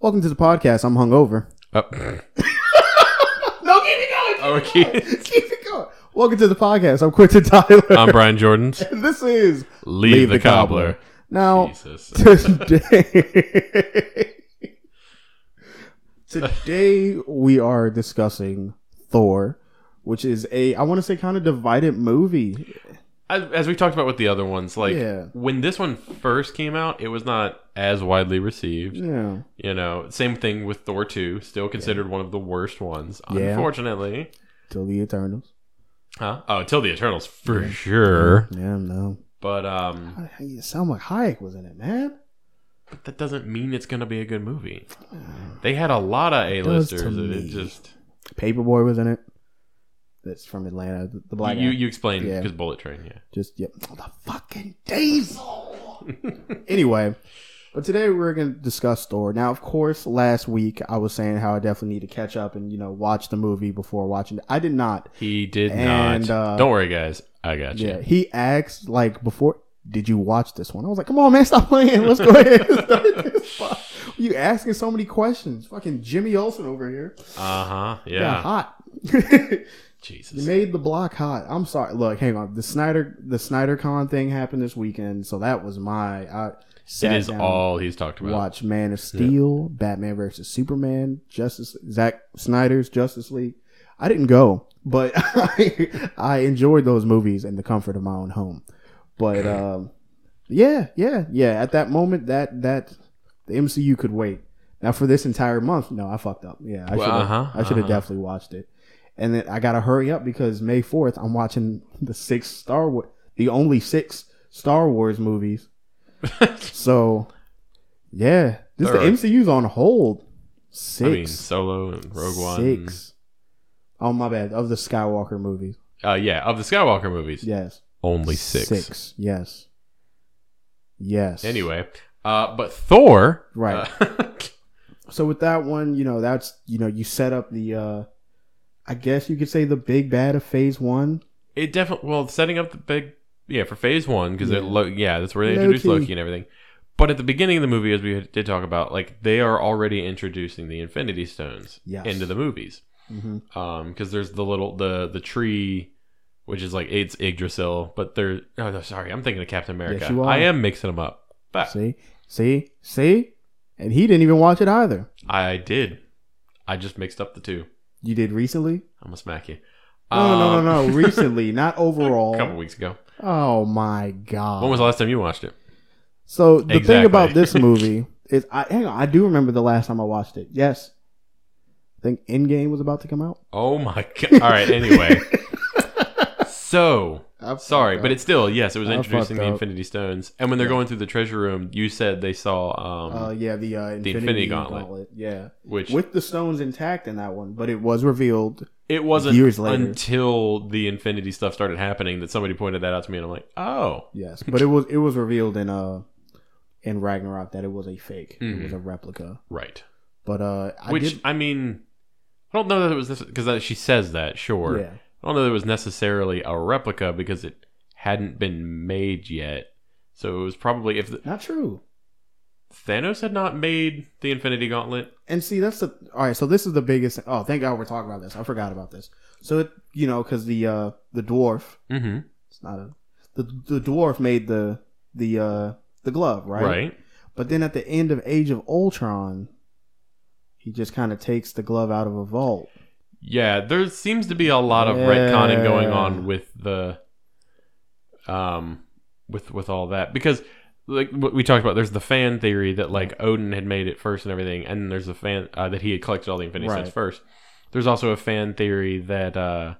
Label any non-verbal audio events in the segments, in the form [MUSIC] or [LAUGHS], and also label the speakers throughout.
Speaker 1: Welcome to the podcast. I'm hungover.
Speaker 2: [LAUGHS] Oh,
Speaker 1: No, keep it going.
Speaker 2: okay.
Speaker 1: [LAUGHS] Keep it going. Welcome to the podcast. I'm Quentin Tyler.
Speaker 2: I'm Brian [LAUGHS] Jordans.
Speaker 1: [LAUGHS] this is
Speaker 2: Leave, the, cobbler.
Speaker 1: Now
Speaker 2: Jesus. [LAUGHS]
Speaker 1: today, today we are discussing Thor, which is a I want to say kind of divided movie.
Speaker 2: As, as we talked about with the other ones, like
Speaker 1: Yeah.
Speaker 2: when this one first came out, it was not as widely received.
Speaker 1: Yeah.
Speaker 2: You know, same thing with Thor 2, still considered one of the worst ones,
Speaker 1: Yeah.
Speaker 2: unfortunately.
Speaker 1: Till the Eternals.
Speaker 2: Huh? Oh, till the Eternals for sure.
Speaker 1: Yeah, no.
Speaker 2: But um
Speaker 1: How how you sound like Hayek was in it, man.
Speaker 2: but that doesn't mean it's going to be a good movie. They had a lot of
Speaker 1: does to
Speaker 2: A-listers and it
Speaker 1: me.
Speaker 2: just
Speaker 1: Paperboy was in it. That's from Atlanta. The, the black
Speaker 2: you
Speaker 1: guy.
Speaker 2: you explained
Speaker 1: uh, Yeah.
Speaker 2: cuz Bullet Train, yeah.
Speaker 1: Just yep. Oh, the fucking diesel. [LAUGHS] anyway, but today we're gonna discuss Thor. Now, of course, last week I was saying how I definitely need to catch up and you know watch the movie before watching. it. I did not.
Speaker 2: He did
Speaker 1: And,
Speaker 2: not.
Speaker 1: uh,
Speaker 2: Don't worry guys. I got you.
Speaker 1: Yeah, he asked like before. Did you watch this one? I was like, come on, man, stop playing. Let's go ahead and start this. [LAUGHS] Fuck. You asking so many questions. Fucking Jimmy Olsen over here.
Speaker 2: Uh-huh. Yeah.
Speaker 1: Yeah, hot. [LAUGHS] You
Speaker 2: Jesus.
Speaker 1: made the block hot. I'm sorry. Look, hang on. The Snyder the Snyder Con thing happened this weekend, so that was my I
Speaker 2: It
Speaker 1: sat
Speaker 2: is
Speaker 1: down,
Speaker 2: all he's talked about.
Speaker 1: watch Man of Steel, Batman versus Superman, Justice Zack Snyder's Justice League. I didn't go, but [LAUGHS] I, I enjoyed those movies in the comfort of my own home. But um, yeah, yeah, yeah. At that moment, that that the MCU could wait. Now for this entire month, no, I fucked up. Yeah, I
Speaker 2: Well,
Speaker 1: should have
Speaker 2: uh-huh,
Speaker 1: I should have
Speaker 2: uh-huh.
Speaker 1: definitely watched it. And then I gotta hurry up because May fourth, I'm watching the six Star Wars, the only six Star Wars
Speaker 2: [LAUGHS]
Speaker 1: movies. so, yeah, this
Speaker 2: All right.
Speaker 1: the MCU's on hold. Six,
Speaker 2: I mean, Solo and Rogue One.
Speaker 1: six. Oh my bad. Of the Skywalker movies,
Speaker 2: Uh, yeah, of the Skywalker movies,
Speaker 1: yes,
Speaker 2: only six.
Speaker 1: Six, yes, yes.
Speaker 2: Anyway, uh, but Thor,
Speaker 1: Right.
Speaker 2: uh, [LAUGHS]
Speaker 1: so with that one, you know, that's you know, you set up the, uh I guess you could say the big bad of Phase One.
Speaker 2: it definitely well setting up the big yeah for Phase One because
Speaker 1: Yeah.
Speaker 2: lo- yeah that's where they introduced
Speaker 1: Loki.
Speaker 2: Loki and everything. But at the beginning of the movie, as we did talk about, like they are already introducing the Infinity Stones
Speaker 1: Yes.
Speaker 2: into the movies
Speaker 1: Mm-hmm.
Speaker 2: because Um, there's the little the the tree. Which is like it's Yggdrasil, but they're oh no, sorry, I'm thinking of Captain America.
Speaker 1: you are.
Speaker 2: I am mixing them up, but
Speaker 1: See, see, see, and he didn't even watch it either.
Speaker 2: I did. I just mixed up the two.
Speaker 1: You did recently?
Speaker 2: I'm gonna smack you. Um,
Speaker 1: No, no, no, no, no.
Speaker 2: [LAUGHS]
Speaker 1: Recently, not overall.
Speaker 2: a couple weeks ago.
Speaker 1: Oh my god!
Speaker 2: When was the last time you watched it?
Speaker 1: so the thing
Speaker 2: Exactly.
Speaker 1: about
Speaker 2: [LAUGHS]
Speaker 1: this movie is, I hang on, I do remember the last time I watched it. Yes, I think Endgame was about to come out.
Speaker 2: Oh my [LAUGHS] god! All
Speaker 1: [LAUGHS]
Speaker 2: right. Anyway, so sorry, but it's still yes. It was
Speaker 1: I
Speaker 2: introducing
Speaker 1: fucked
Speaker 2: the
Speaker 1: up.
Speaker 2: Infinity Stones, and when they're going through the treasure room, you said they saw um,
Speaker 1: uh, yeah, the uh, Infinity,
Speaker 2: Infinity Gauntlet.
Speaker 1: Gauntlet. Yeah,
Speaker 2: which
Speaker 1: with the stones intact in that one, but it was revealed.
Speaker 2: it wasn't
Speaker 1: years later.
Speaker 2: until the Infinity stuff started happening that somebody pointed that out to me, and I'm like, oh,
Speaker 1: Yes, but it was it was revealed in uh in Ragnarok that it was a fake. It
Speaker 2: Mhm.
Speaker 1: was a replica.
Speaker 2: right.
Speaker 1: But uh, I
Speaker 2: which
Speaker 1: did,
Speaker 2: I mean, I don't know that it was this because she says that sure.
Speaker 1: yeah.
Speaker 2: I don't know that it was necessarily a replica because it hadn't been made yet. So it was probably if the,
Speaker 1: Not true.
Speaker 2: Thanos had not made the Infinity Gauntlet.
Speaker 1: And see, that's the all right. So this is the biggest. Oh, thank God we're talking about this. I forgot about this. So it, you know, because the uh the dwarf,
Speaker 2: Mm-hmm.
Speaker 1: it's not a the the dwarf made the the uh the glove, right?
Speaker 2: Right.
Speaker 1: But then at the end of Age of Ultron, he just kind of takes the glove out of a vault.
Speaker 2: Yeah. There seems to be a lot of
Speaker 1: Yeah.
Speaker 2: retconning going on with the, um, with with all that because like what we talked about, there's the fan theory that like Odin had made it first and everything, and there's a fan uh, that he had collected all the Infinity Stones
Speaker 1: Right.
Speaker 2: first. There's also a fan theory that uh,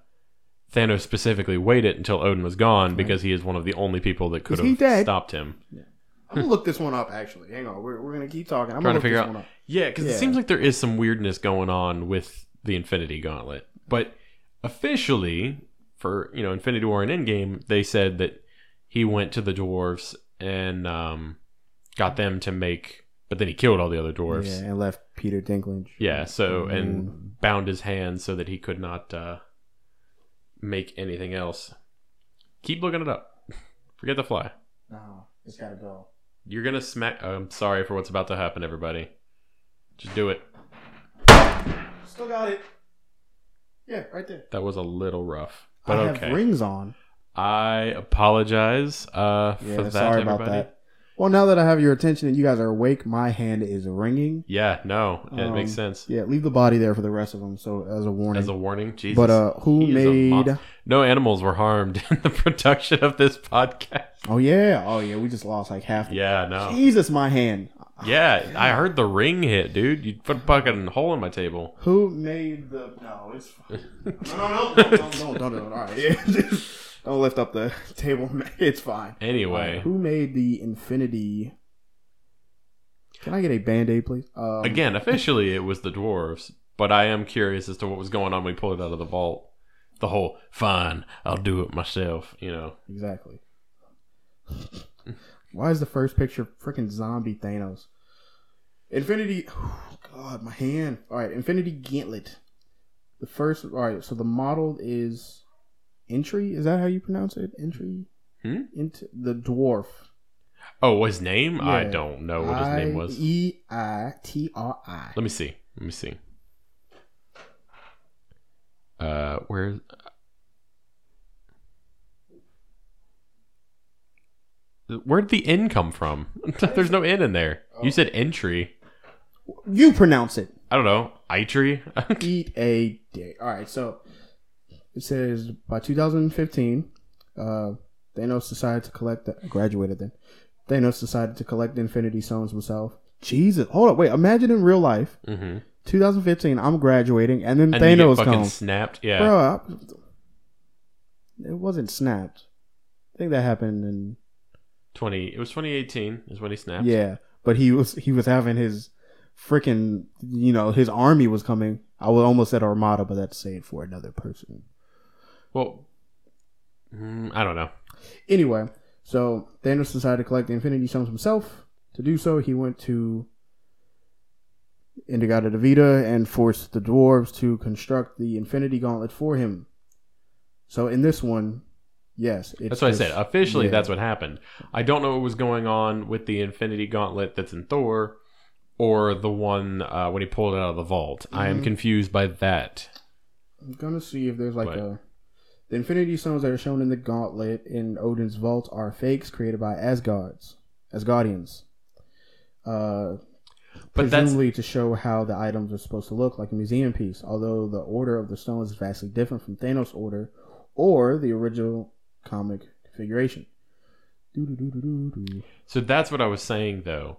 Speaker 2: Thanos specifically waited until Odin was gone because he is one of the only people that could
Speaker 1: 'Cause he
Speaker 2: have
Speaker 1: dead.
Speaker 2: stopped him.
Speaker 1: I'm gonna look this one up. Actually, hang on. We're, we're gonna keep talking. I'm
Speaker 2: Trying
Speaker 1: gonna
Speaker 2: to
Speaker 1: look
Speaker 2: figure
Speaker 1: this
Speaker 2: out-
Speaker 1: one up.
Speaker 2: Yeah, because
Speaker 1: Yeah.
Speaker 2: it seems like there is some weirdness going on with the Infinity Gauntlet. But officially, for you know Infinity War and Endgame, they said that he went to the dwarves and um, got them to make, but then he killed all the other dwarves.
Speaker 1: Yeah,
Speaker 2: Yeah.
Speaker 1: and left Peter Dinklage.
Speaker 2: so
Speaker 1: Mm.
Speaker 2: and bound his hands so that he could not uh, make anything else. Keep looking it up. [LAUGHS] Forget the fly.
Speaker 1: No, it's gotta go.
Speaker 2: You're gonna smack. I'm sorry for what's about to happen, everybody. Just do it.
Speaker 1: Still got it. Yeah, right there.
Speaker 2: That was a little rough, but
Speaker 1: I
Speaker 2: okay.
Speaker 1: have rings on.
Speaker 2: I apologize uh,
Speaker 1: Yeah,
Speaker 2: for that,
Speaker 1: sorry about
Speaker 2: everybody.
Speaker 1: that. Well, now that I have your attention and you guys are awake, my hand is ringing.
Speaker 2: Yeah, no, it
Speaker 1: Um,
Speaker 2: makes sense.
Speaker 1: Yeah, leave the body there for the rest of them. So as a warning.
Speaker 2: As a warning, Jesus.
Speaker 1: but uh, who
Speaker 2: He is a
Speaker 1: made?
Speaker 2: monster. no animals were harmed [LAUGHS] in the production of this podcast.
Speaker 1: Oh yeah, oh yeah. We just lost like half.
Speaker 2: Yeah, no.
Speaker 1: Jesus, my hand.
Speaker 2: Yeah, I heard the ring hit, dude. You put a fucking hole in my table.
Speaker 1: Who made the? No, it's
Speaker 2: [LAUGHS]
Speaker 1: fine. no, no, no, no, no, no, no, no. All right, [LAUGHS] yeah. don't lift up the [LAUGHS] table. It's fine.
Speaker 2: Anyway,
Speaker 1: Who made the Infinity? Can I get a band aid, please? Um,
Speaker 2: again, officially it was the dwarves, but I am curious as to what was going on when we pulled it out of the vault. The whole fine, I'll do it myself. You know,
Speaker 1: Exactly. [LAUGHS] Why is the first picture freaking zombie Thanos? Infinity. [SIGHS] oh God, my hand. All right, Infinity Gauntlet. The first. All right, so the model is Entry. Is that how you pronounce it? Entry.
Speaker 2: Hmm?
Speaker 1: Int- the dwarf.
Speaker 2: oh, his name? I
Speaker 1: Yeah.
Speaker 2: don't know Oh, what his name was.
Speaker 1: E I T R I.
Speaker 2: Let me see. Let me see. Uh, where? Where'd the N come from? [LAUGHS] There's no N in there. You
Speaker 1: Oh.
Speaker 2: said entry.
Speaker 1: You pronounce it.
Speaker 2: I don't know. Itry?
Speaker 1: Eat a dick. All right, so it says by 2015, uh, Thanos decided to collect. The, graduated then. Thanos decided to collect the Infinity Stones himself. Jesus, hold up, wait. Imagine in real life,
Speaker 2: [LAUGHS] mm-hmm.
Speaker 1: 2015. I'm graduating, and then
Speaker 2: And then you
Speaker 1: Thanos
Speaker 2: get fucking
Speaker 1: comes.
Speaker 2: snapped. Yeah.
Speaker 1: Bro, I- it wasn't snapped. I think that happened in
Speaker 2: 20. It was 2018 is when he snapped.
Speaker 1: yeah. But he was he was having his freaking you know his army was coming. I would almost said armada, but that's saying for another person.
Speaker 2: Well, mm, I don't know.
Speaker 1: Anyway, so Thanos decided to collect the Infinity Stones himself. To do so, he went to Indigata Devita and forced the dwarves to construct the Infinity Gauntlet for him. So in this one, yes, it's
Speaker 2: That's what I
Speaker 1: just-
Speaker 2: said. Officially,
Speaker 1: yeah.
Speaker 2: that's what happened. I don't know what was going on with the Infinity Gauntlet that's in Thor, or the one uh, when he pulled it out of the vault. I am
Speaker 1: Mhm.
Speaker 2: confused by that.
Speaker 1: I'm gonna see if there's like
Speaker 2: But-
Speaker 1: a. The Infinity Stones that are shown in the Gauntlet in Odin's vault are fakes created by Asgards, Asgardians. Uh,
Speaker 2: But that's
Speaker 1: presumably to show how the items are supposed to look like a museum piece, although the order of the stones is vastly different from Thanos' order or the original comic configuration. Doo-doo-doo-doo-doo-doo.
Speaker 2: so that's what I was saying though.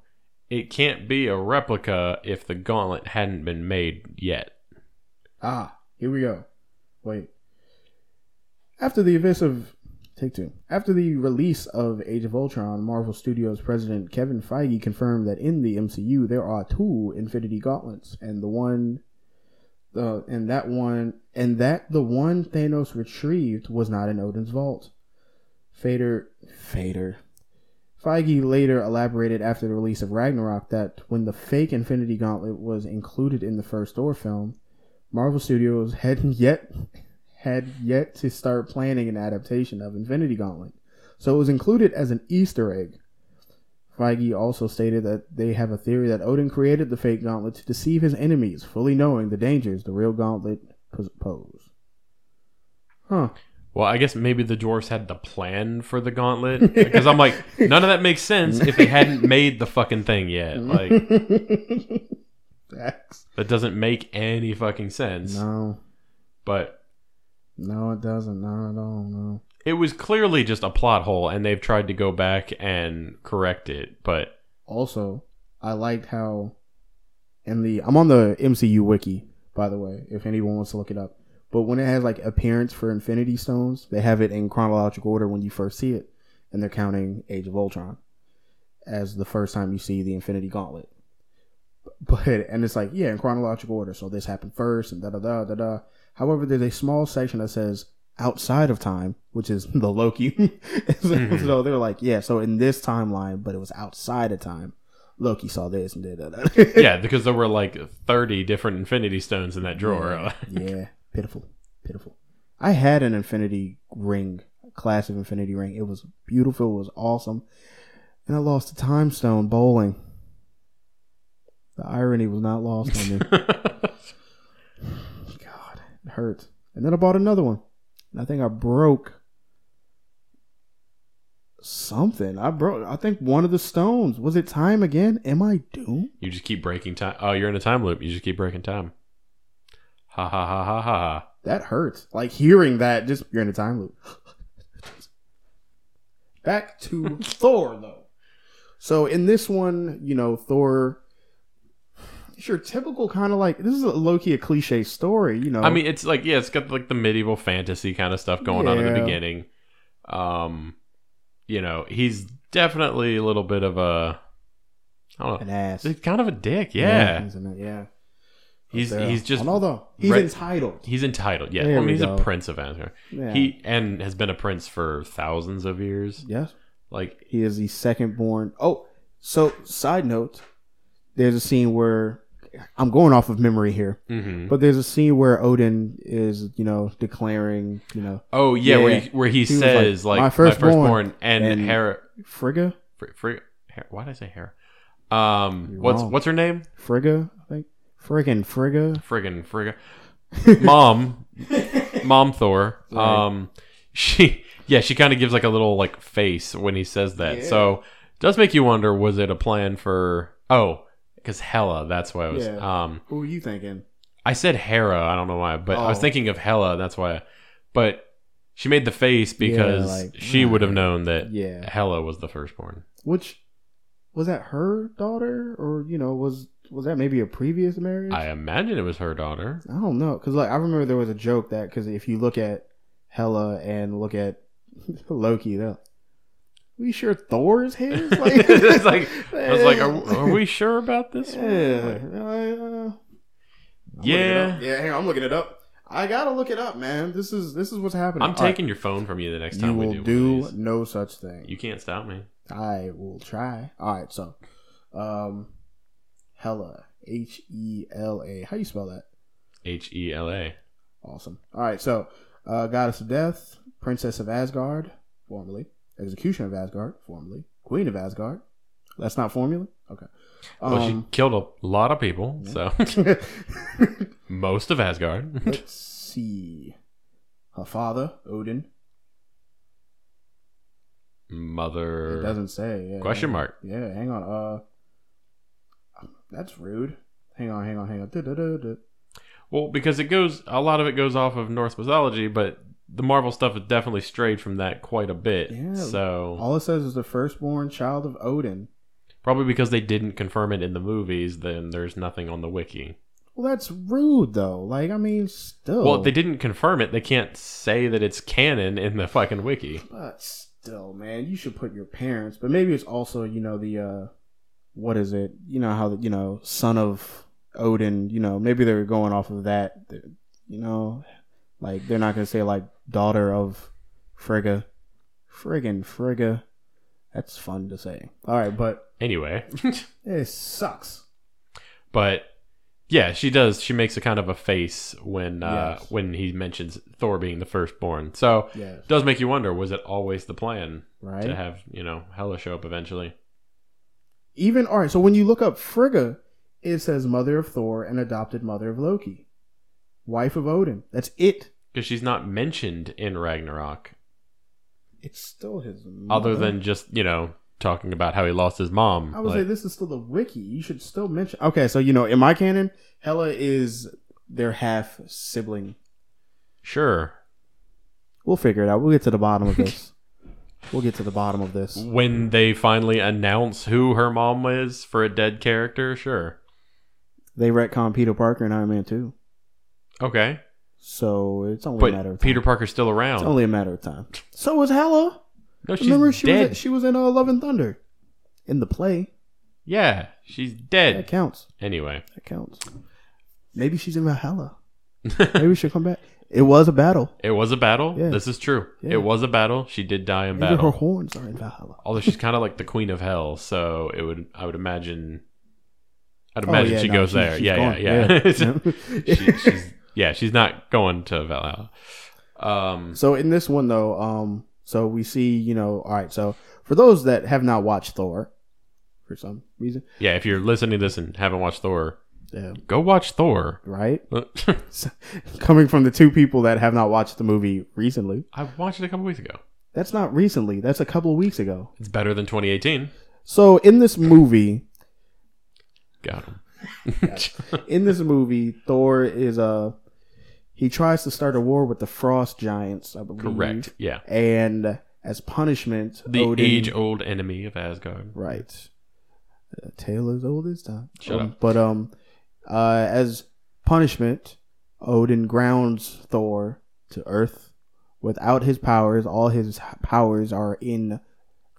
Speaker 2: It can't be a replica if the gauntlet hadn't been made yet.
Speaker 1: Ah, here we go. Wait. After the events of Take Two, after the release of Age of Ultron, Marvel Studios president Kevin Feige confirmed that in the MCU there are two Infinity Gauntlets, and the one, the and that one, and that the one Thanos retrieved was not in Odin's vault. Fader, Fader. Feige later elaborated after the release of Ragnarok that when the fake Infinity Gauntlet was included in the first Thor film, Marvel Studios hadn't yet had yet to start planning an adaptation of Infinity Gauntlet, so it was included as an Easter egg. Feige also stated that they have a theory that Odin created the fake gauntlet to deceive his enemies, fully knowing the dangers the real gauntlet pos- pose. Huh.
Speaker 2: Well, I guess maybe the dwarves had the plan for
Speaker 1: [LAUGHS]
Speaker 2: the gauntlet because I'm like, none of that makes sense if they hadn't made the fucking thing
Speaker 1: [LAUGHS]
Speaker 2: yet. Like
Speaker 1: Facts.
Speaker 2: that doesn't make any fucking sense.
Speaker 1: No.
Speaker 2: But
Speaker 1: No, it doesn't. Not at all. No.
Speaker 2: it was clearly just a plot hole and they've tried to go back and correct it but
Speaker 1: Also, I liked how in the I'm on the MCU wiki, by the way, if anyone wants to look it up. But when it has like appearance for Infinity Stones, they have it in chronological order when you first see it, and they're counting Age of Ultron as the first time you see the Infinity Gauntlet. [LAUGHS] But and it's like yeah, in chronological order. So this happened first, and da da da da da. However, there's a small section that says outside of time, which is [LAUGHS] the Loki. so,
Speaker 2: Mhm.
Speaker 1: so they're like yeah, so in this timeline, but it was outside of time. Loki saw this and did that. [LAUGHS]
Speaker 2: yeah because there were like 30 different infinity stones in that drawer
Speaker 1: Yeah,
Speaker 2: [LAUGHS]
Speaker 1: yeah, pitiful, pitiful. I had an Infinity Ring, class of Infinity Ring. It was beautiful. It was awesome, and I lost a Time Stone bowling. The irony was not lost on me.
Speaker 2: [LAUGHS]
Speaker 1: God, it hurts. And then I bought another one. And I think I broke something. I broke I think one of the stones. Was it time again? Am I doomed?
Speaker 2: you just keep breaking time. Oh, you're in a time loop. You just keep breaking time. Ha ha ha ha ha. ha.
Speaker 1: That hurts. Like hearing that, just you're in a time loop. Back
Speaker 2: [LAUGHS]
Speaker 1: to Thor though. So in this one, you know, Thor it's your typical kind of like this is a low key a cliche story, you know.
Speaker 2: I mean, it's like yeah, it's got like the medieval fantasy kind of stuff going on in the
Speaker 1: Yeah.
Speaker 2: beginning. Um, you know, he's definitely a little bit of a, I don't know,
Speaker 1: an ass.
Speaker 2: he's kind of a dick. Yeah,
Speaker 1: he's, an- yeah.
Speaker 2: he's
Speaker 1: There.
Speaker 2: he's just
Speaker 1: And although he's
Speaker 2: Right.
Speaker 1: entitled.
Speaker 2: he's entitled. Yeah,
Speaker 1: There
Speaker 2: I mean,
Speaker 1: we
Speaker 2: he's
Speaker 1: go.
Speaker 2: a prince of Asgard.
Speaker 1: Yeah.
Speaker 2: He and has been a prince for thousands of years.
Speaker 1: yes,
Speaker 2: Like
Speaker 1: he is the second born. Oh, so side note, there's a scene where I'm going off of memory here.
Speaker 2: mhm.
Speaker 1: But there's a scene where Odin is, you know, declaring, you know,
Speaker 2: oh yeah, where
Speaker 1: yeah.
Speaker 2: he, where he,
Speaker 1: was like,
Speaker 2: says like,
Speaker 1: "My
Speaker 2: my
Speaker 1: firstborn."
Speaker 2: firstborn, and,
Speaker 1: And-
Speaker 2: Hera.
Speaker 1: Frigga,
Speaker 2: Fr- Fr- Hera- why did I say Hera? Um,
Speaker 1: You're
Speaker 2: what's
Speaker 1: wrong.
Speaker 2: what's
Speaker 1: [LAUGHS]
Speaker 2: her name?
Speaker 1: Frigga, I think, friggin' Frigga.
Speaker 2: friggin' frigga
Speaker 1: [LAUGHS]
Speaker 2: mom mom thor
Speaker 1: Right.
Speaker 2: um she yeah she kind of gives like a little like face when he says that
Speaker 1: Yeah.
Speaker 2: so it does make you wonder was it a plan for oh because hella that's why i was
Speaker 1: Yeah.
Speaker 2: um
Speaker 1: Who are you thinking?
Speaker 2: i said hera i don't know why but i was
Speaker 1: Oh.
Speaker 2: thinking of hella that's why but she made the face because
Speaker 1: like,
Speaker 2: she would have
Speaker 1: mm.
Speaker 2: known that
Speaker 1: Yeah,
Speaker 2: hella was the firstborn
Speaker 1: which was that her daughter, or you know, was was that maybe a previous marriage?
Speaker 2: i imagine it was her daughter
Speaker 1: I don't know, cause like I remember there was a joke that because if you look at Hela and look at [LAUGHS] Loki, though, we sure Thor's his. [LAUGHS]
Speaker 2: [LAUGHS] It's like- i was like are, are we sure about this one?
Speaker 1: Yeah.
Speaker 2: Like,
Speaker 1: Uh, I'm looking it
Speaker 2: yeah
Speaker 1: up. Yeah, hang on, I'm looking it up. I gotta look it up, man. This is this is what's happening.
Speaker 2: I'm
Speaker 1: All right.
Speaker 2: taking your phone from you the next
Speaker 1: You
Speaker 2: time we
Speaker 1: will
Speaker 2: do,
Speaker 1: do
Speaker 2: one of these.
Speaker 1: no such thing.
Speaker 2: You can't stop me.
Speaker 1: I will try. All right, so, um, Hella, H E L A. How you spell that?
Speaker 2: H E L A.
Speaker 1: Awesome. All right, so, uh, goddess of death, princess of Asgard, formerly execution of Asgard, formerly queen of Asgard. That's not formula. Okay.
Speaker 2: Well, she
Speaker 1: Um,
Speaker 2: killed a lot of people,
Speaker 1: yeah.
Speaker 2: so [LAUGHS]
Speaker 1: Um, [LAUGHS]
Speaker 2: most of Asgard.
Speaker 1: Let's see. Her father, Odin. It
Speaker 2: Mother
Speaker 1: doesn't say. Yeah,
Speaker 2: question mark.
Speaker 1: Yeah, hang on. Uh, um, that's rude. Hang on, hang on, hang on. Du-du-du-du.
Speaker 2: Well, because it goes a lot of it goes off of Norse mythology, but the Marvel stuff has definitely strayed from that quite a bit.
Speaker 1: Yeah.
Speaker 2: So
Speaker 1: All it says is the firstborn child of Odin.
Speaker 2: probably because they didn't confirm it in the movies, then there's nothing on the wiki.
Speaker 1: Well, that's rude though. Like, I mean, still.
Speaker 2: Well, if they didn't confirm it, they can't say that it's canon in the fucking wiki.
Speaker 1: But still, man, you should put your parents. But maybe it's also, you know, the uh, what is it? You know how the you know son of Odin. You know, maybe they're going off of that. They're- You know, like they're not gonna say like daughter of Frigga, friggin' Frigga. That's fun to say. All right, but [LAUGHS]
Speaker 2: Anyway.
Speaker 1: it sucks.
Speaker 2: but yeah, she does. She makes a kind of a face when uh,
Speaker 1: Yes.
Speaker 2: when he mentions Thor being the firstborn. So
Speaker 1: Yeah,
Speaker 2: it does make you wonder: was it always the plan to
Speaker 1: right.
Speaker 2: have you know Hela show up eventually?
Speaker 1: Even all right. So when you look up Frigga, it says mother of Thor and adopted mother of Loki, wife of Odin. That's it.
Speaker 2: Because she's not mentioned in Ragnarok,
Speaker 1: It's still his.
Speaker 2: other
Speaker 1: mother.
Speaker 2: than just you know talking about how he lost his mom.
Speaker 1: I would say
Speaker 2: Like,
Speaker 1: this is still the wiki. You should still mention. Okay, so you know, in my canon, Hela is their half sibling.
Speaker 2: sure.
Speaker 1: We'll figure it out. We'll get to the bottom of
Speaker 2: [LAUGHS]
Speaker 1: this. we'll get to the bottom of this.
Speaker 2: When they finally announce who her mom is for a dead character, sure.
Speaker 1: They retcon Peter Parker and Iron Man too,
Speaker 2: Okay,
Speaker 1: so it's only a matter
Speaker 2: but
Speaker 1: of
Speaker 2: Peter
Speaker 1: time.
Speaker 2: Parker's still around.
Speaker 1: It's only a matter of time. So was Hela.
Speaker 2: no, she's
Speaker 1: Remember, she
Speaker 2: dead.
Speaker 1: was she was in uh, Love and Thunder, in the play.
Speaker 2: yeah, she's
Speaker 1: That
Speaker 2: dead.
Speaker 1: counts.
Speaker 2: Anyway.
Speaker 1: That counts. Maybe she's in
Speaker 2: [LAUGHS]
Speaker 1: Valhalla. Maybe she'll come back. It was a battle.
Speaker 2: It was a battle.
Speaker 1: Yeah.
Speaker 2: This is true.
Speaker 1: Yeah.
Speaker 2: It was a battle. She did die in
Speaker 1: Maybe her
Speaker 2: battle.
Speaker 1: horns are in Valhalla.
Speaker 2: [LAUGHS] Although she's kind of like the queen of hell, so it would I would imagine I'd imagine
Speaker 1: Oh, yeah,
Speaker 2: she
Speaker 1: no,
Speaker 2: goes
Speaker 1: she's-
Speaker 2: there.
Speaker 1: she's
Speaker 2: yeah,
Speaker 1: gone.
Speaker 2: yeah,
Speaker 1: [LAUGHS]
Speaker 2: [LAUGHS] yeah,
Speaker 1: Yeah.
Speaker 2: she, she's yeah, she's not going to Valhalla. Um
Speaker 1: So in this one though, um, so we see, you know, all right. So for those that have not watched Thor, for some reason.
Speaker 2: Yeah, if you're listening to this and haven't watched Thor,
Speaker 1: Yeah,
Speaker 2: go watch Thor. [LAUGHS]
Speaker 1: right? [LAUGHS]
Speaker 2: I
Speaker 1: Coming from the two people that have not watched the movie recently.
Speaker 2: watched it a couple weeks ago.
Speaker 1: That's not recently. That's a couple of weeks ago.
Speaker 2: It's better than 2018.
Speaker 1: So in this
Speaker 2: [LAUGHS]
Speaker 1: movie,
Speaker 2: Got him.
Speaker 1: in this movie, Thor is Uh, he tries to start a war with the frost giants, I believe.
Speaker 2: [LAUGHS] Correct. Yeah.
Speaker 1: And as punishment,
Speaker 2: The
Speaker 1: Mm-hmm. Odin-
Speaker 2: age-old enemy of Asgard.
Speaker 1: Right. A tale as old as time.
Speaker 2: Shut
Speaker 1: Um,
Speaker 2: up.
Speaker 1: But um, uh, as punishment, Odin grounds Thor to Earth. Without his powers, all his h- powers are in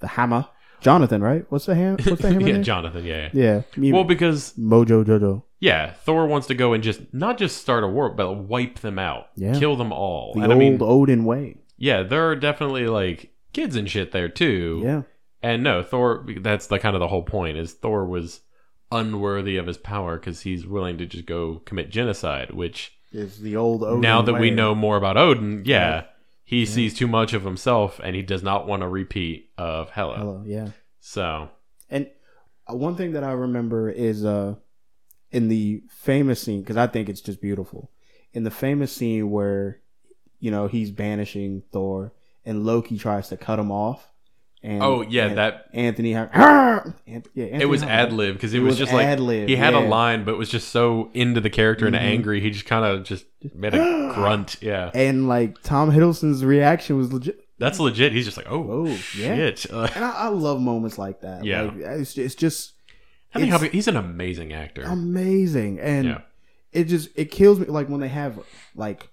Speaker 1: the hammer. Jonathan, right? What's the hammer? What's
Speaker 2: [LAUGHS]
Speaker 1: the hammer?
Speaker 2: yeah,
Speaker 1: name?
Speaker 2: Jonathan. Yeah. yeah.
Speaker 1: yeah. me-
Speaker 2: Well, because
Speaker 1: Mojo Jojo.
Speaker 2: yeah, Thor wants to go and just not just start a war, but wipe them out,
Speaker 1: Yeah.
Speaker 2: kill them all.
Speaker 1: The
Speaker 2: and
Speaker 1: old
Speaker 2: I mean,
Speaker 1: Odin way.
Speaker 2: yeah, there are definitely like kids and shit there too.
Speaker 1: Yeah.
Speaker 2: And no, Thor. That's the kind of the whole point is Thor was unworthy of his power because he's willing to just go commit genocide. Which
Speaker 1: Is the old Odin
Speaker 2: now that
Speaker 1: way.
Speaker 2: we know more about Odin, yeah,
Speaker 1: Yeah.
Speaker 2: he sees too much of himself and he does not want a repeat of Hela.
Speaker 1: Hello, yeah.
Speaker 2: So
Speaker 1: And uh, one thing that I remember is uh in the famous scene because I think it's just beautiful. In the famous scene where you know he's banishing Thor and Loki tries to cut him off. And
Speaker 2: oh yeah,
Speaker 1: and
Speaker 2: that
Speaker 1: Anthony. [LAUGHS] How- Anth- yeah, Anthony
Speaker 2: it was
Speaker 1: Hopkins.
Speaker 2: ad lib because it,
Speaker 1: It was
Speaker 2: was, just like
Speaker 1: ad-lib,
Speaker 2: he had
Speaker 1: yeah.
Speaker 2: a line, but was just so into the character
Speaker 1: Mhm.
Speaker 2: and angry, he just kind of just made a
Speaker 1: [GASPS]
Speaker 2: grunt. Yeah,
Speaker 1: And like Tom Hiddleston's reaction was legit.
Speaker 2: that's legit. He's just like, oh,
Speaker 1: Oh, yeah.
Speaker 2: shit. Uh,
Speaker 1: And I, I love moments like that.
Speaker 2: Yeah.
Speaker 1: Like, it's, it's just
Speaker 2: I think
Speaker 1: It's-
Speaker 2: Hobbit- he's an amazing actor.
Speaker 1: Oh, amazing. And
Speaker 2: yeah,
Speaker 1: it just it kills me like when they have like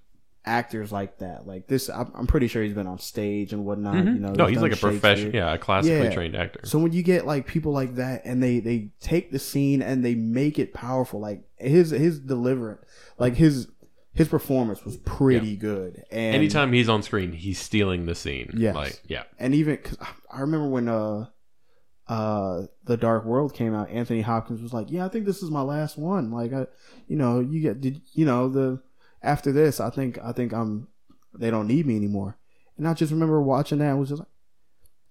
Speaker 1: actors like that like this i'm, I'm pretty sure he's been on stage and whatnot
Speaker 2: Mhm.
Speaker 1: you know
Speaker 2: no, he's
Speaker 1: done
Speaker 2: like a professional,
Speaker 1: Shakespeare.
Speaker 2: yeah, a classically
Speaker 1: Yeah.
Speaker 2: trained actor.
Speaker 1: so when you get like people like that and they they take the scene and they make it powerful like his his deliverance like his his performance was pretty good and
Speaker 2: Anytime he's on screen, he's stealing the scene.
Speaker 1: Yes.
Speaker 2: like yeah, [LAUGHS]
Speaker 1: and even because i remember when uh uh the dark world came out anthony hopkins was like yeah i think this is my last one like i you know you get did you know the after this i think i think i'm they don't need me anymore and i just remember watching that and was just like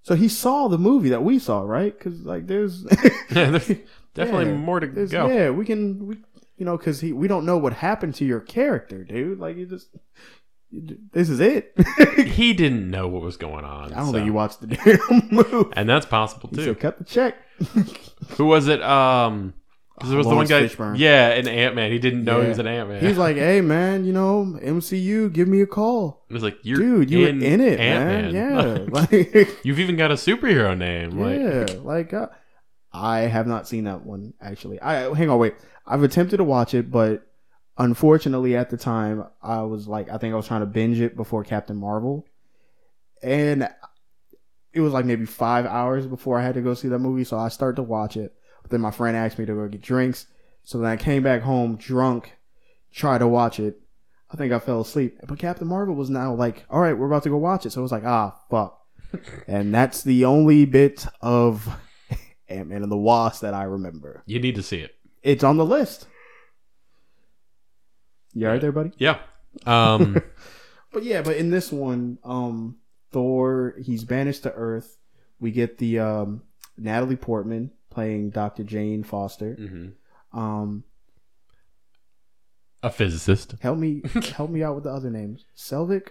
Speaker 1: so he saw the movie that we saw right because like
Speaker 2: [LAUGHS]
Speaker 1: there's,
Speaker 2: there's definitely
Speaker 1: Yeah.
Speaker 2: more to
Speaker 1: there's
Speaker 2: go.
Speaker 1: yeah we can we you know because he we don't know what happened to your character dude like you just you- this is it [LAUGHS] i
Speaker 2: He didn't know what was going on.
Speaker 1: don't
Speaker 2: so-
Speaker 1: think you watched the [LAUGHS] damn movie
Speaker 2: and that's possible
Speaker 1: he
Speaker 2: too.
Speaker 1: said cut the
Speaker 2: [LAUGHS]
Speaker 1: check
Speaker 2: Who was it? Um, 'cause there was
Speaker 1: Lawrence
Speaker 2: the one guy.
Speaker 1: Fishburne.
Speaker 2: Yeah, an Ant Man. He didn't know
Speaker 1: Yeah.
Speaker 2: he was an Ant Man.
Speaker 1: He's
Speaker 2: [LAUGHS]
Speaker 1: like, hey man, you know, MCU, give me a call.
Speaker 2: It was like you're
Speaker 1: Dude, you
Speaker 2: in
Speaker 1: were in it,
Speaker 2: Ant-Man. [LAUGHS]
Speaker 1: man. Yeah. Like
Speaker 2: You've even got a superhero name. Like
Speaker 1: Yeah. Like uh, I have not seen that one actually. I hang on, wait. I've attempted to watch it, but unfortunately at the time I was like I think I was trying to binge it before Captain Marvel. And it was like maybe five hours before I had to go see that movie, so I started to watch it. But then my friend asked me to go get drinks. So then I came back home drunk, tried to watch it. I think I fell asleep. But Captain Marvel was now like, all right, we're about to go watch it. So I was like, ah, fuck. and that's the only bit of Ant Man and the Wasp that I remember.
Speaker 2: you need to see it.
Speaker 1: It's on the list. You alright there, buddy?
Speaker 2: Yeah.
Speaker 1: [LAUGHS]
Speaker 2: Um,
Speaker 1: But yeah, but in this one, um, Thor he's banished to Earth. We get the um, Natalie Portman playing Dr. Jane Foster.
Speaker 2: mhm.
Speaker 1: Um,
Speaker 2: a physicist.
Speaker 1: help me, help me out with the other names. Selvik,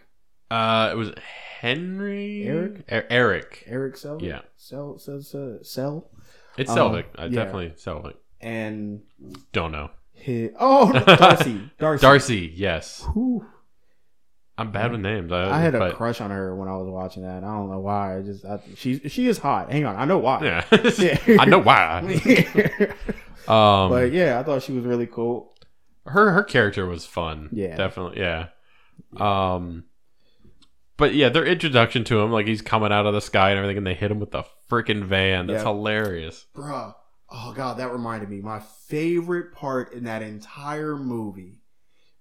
Speaker 2: Uh, it was Henry
Speaker 1: Eric?
Speaker 2: E- Eric.
Speaker 1: Eric Selvik.
Speaker 2: Yeah.
Speaker 1: Sel says uh, Sel
Speaker 2: It's
Speaker 1: Um,
Speaker 2: Selvig. I
Speaker 1: yeah.
Speaker 2: definitely Selvig.
Speaker 1: and
Speaker 2: Don't know.
Speaker 1: his, oh no, Darcy, Darcy.
Speaker 2: Darcy. Yes.
Speaker 1: Whew.
Speaker 2: I'm bad with names. I,
Speaker 1: I had a
Speaker 2: Uh, but-
Speaker 1: crush on her when I was watching that. I don't know why. I just I, she she is hot. Hang on, I know why.
Speaker 2: Yeah.
Speaker 1: [LAUGHS] Yeah.
Speaker 2: [LAUGHS] I
Speaker 1: [LAUGHS]
Speaker 2: know why. Um,
Speaker 1: but yeah, I thought she was really cool.
Speaker 2: her her character was fun.
Speaker 1: Yeah.
Speaker 2: definitely. Yeah. Um, but yeah, their introduction to him, like he's coming out of the sky and everything, and they hit him with the freaking van. That's
Speaker 1: Yeah.
Speaker 2: hilarious.
Speaker 1: Bruh. Oh god, that reminded me. My favorite part in that entire movie,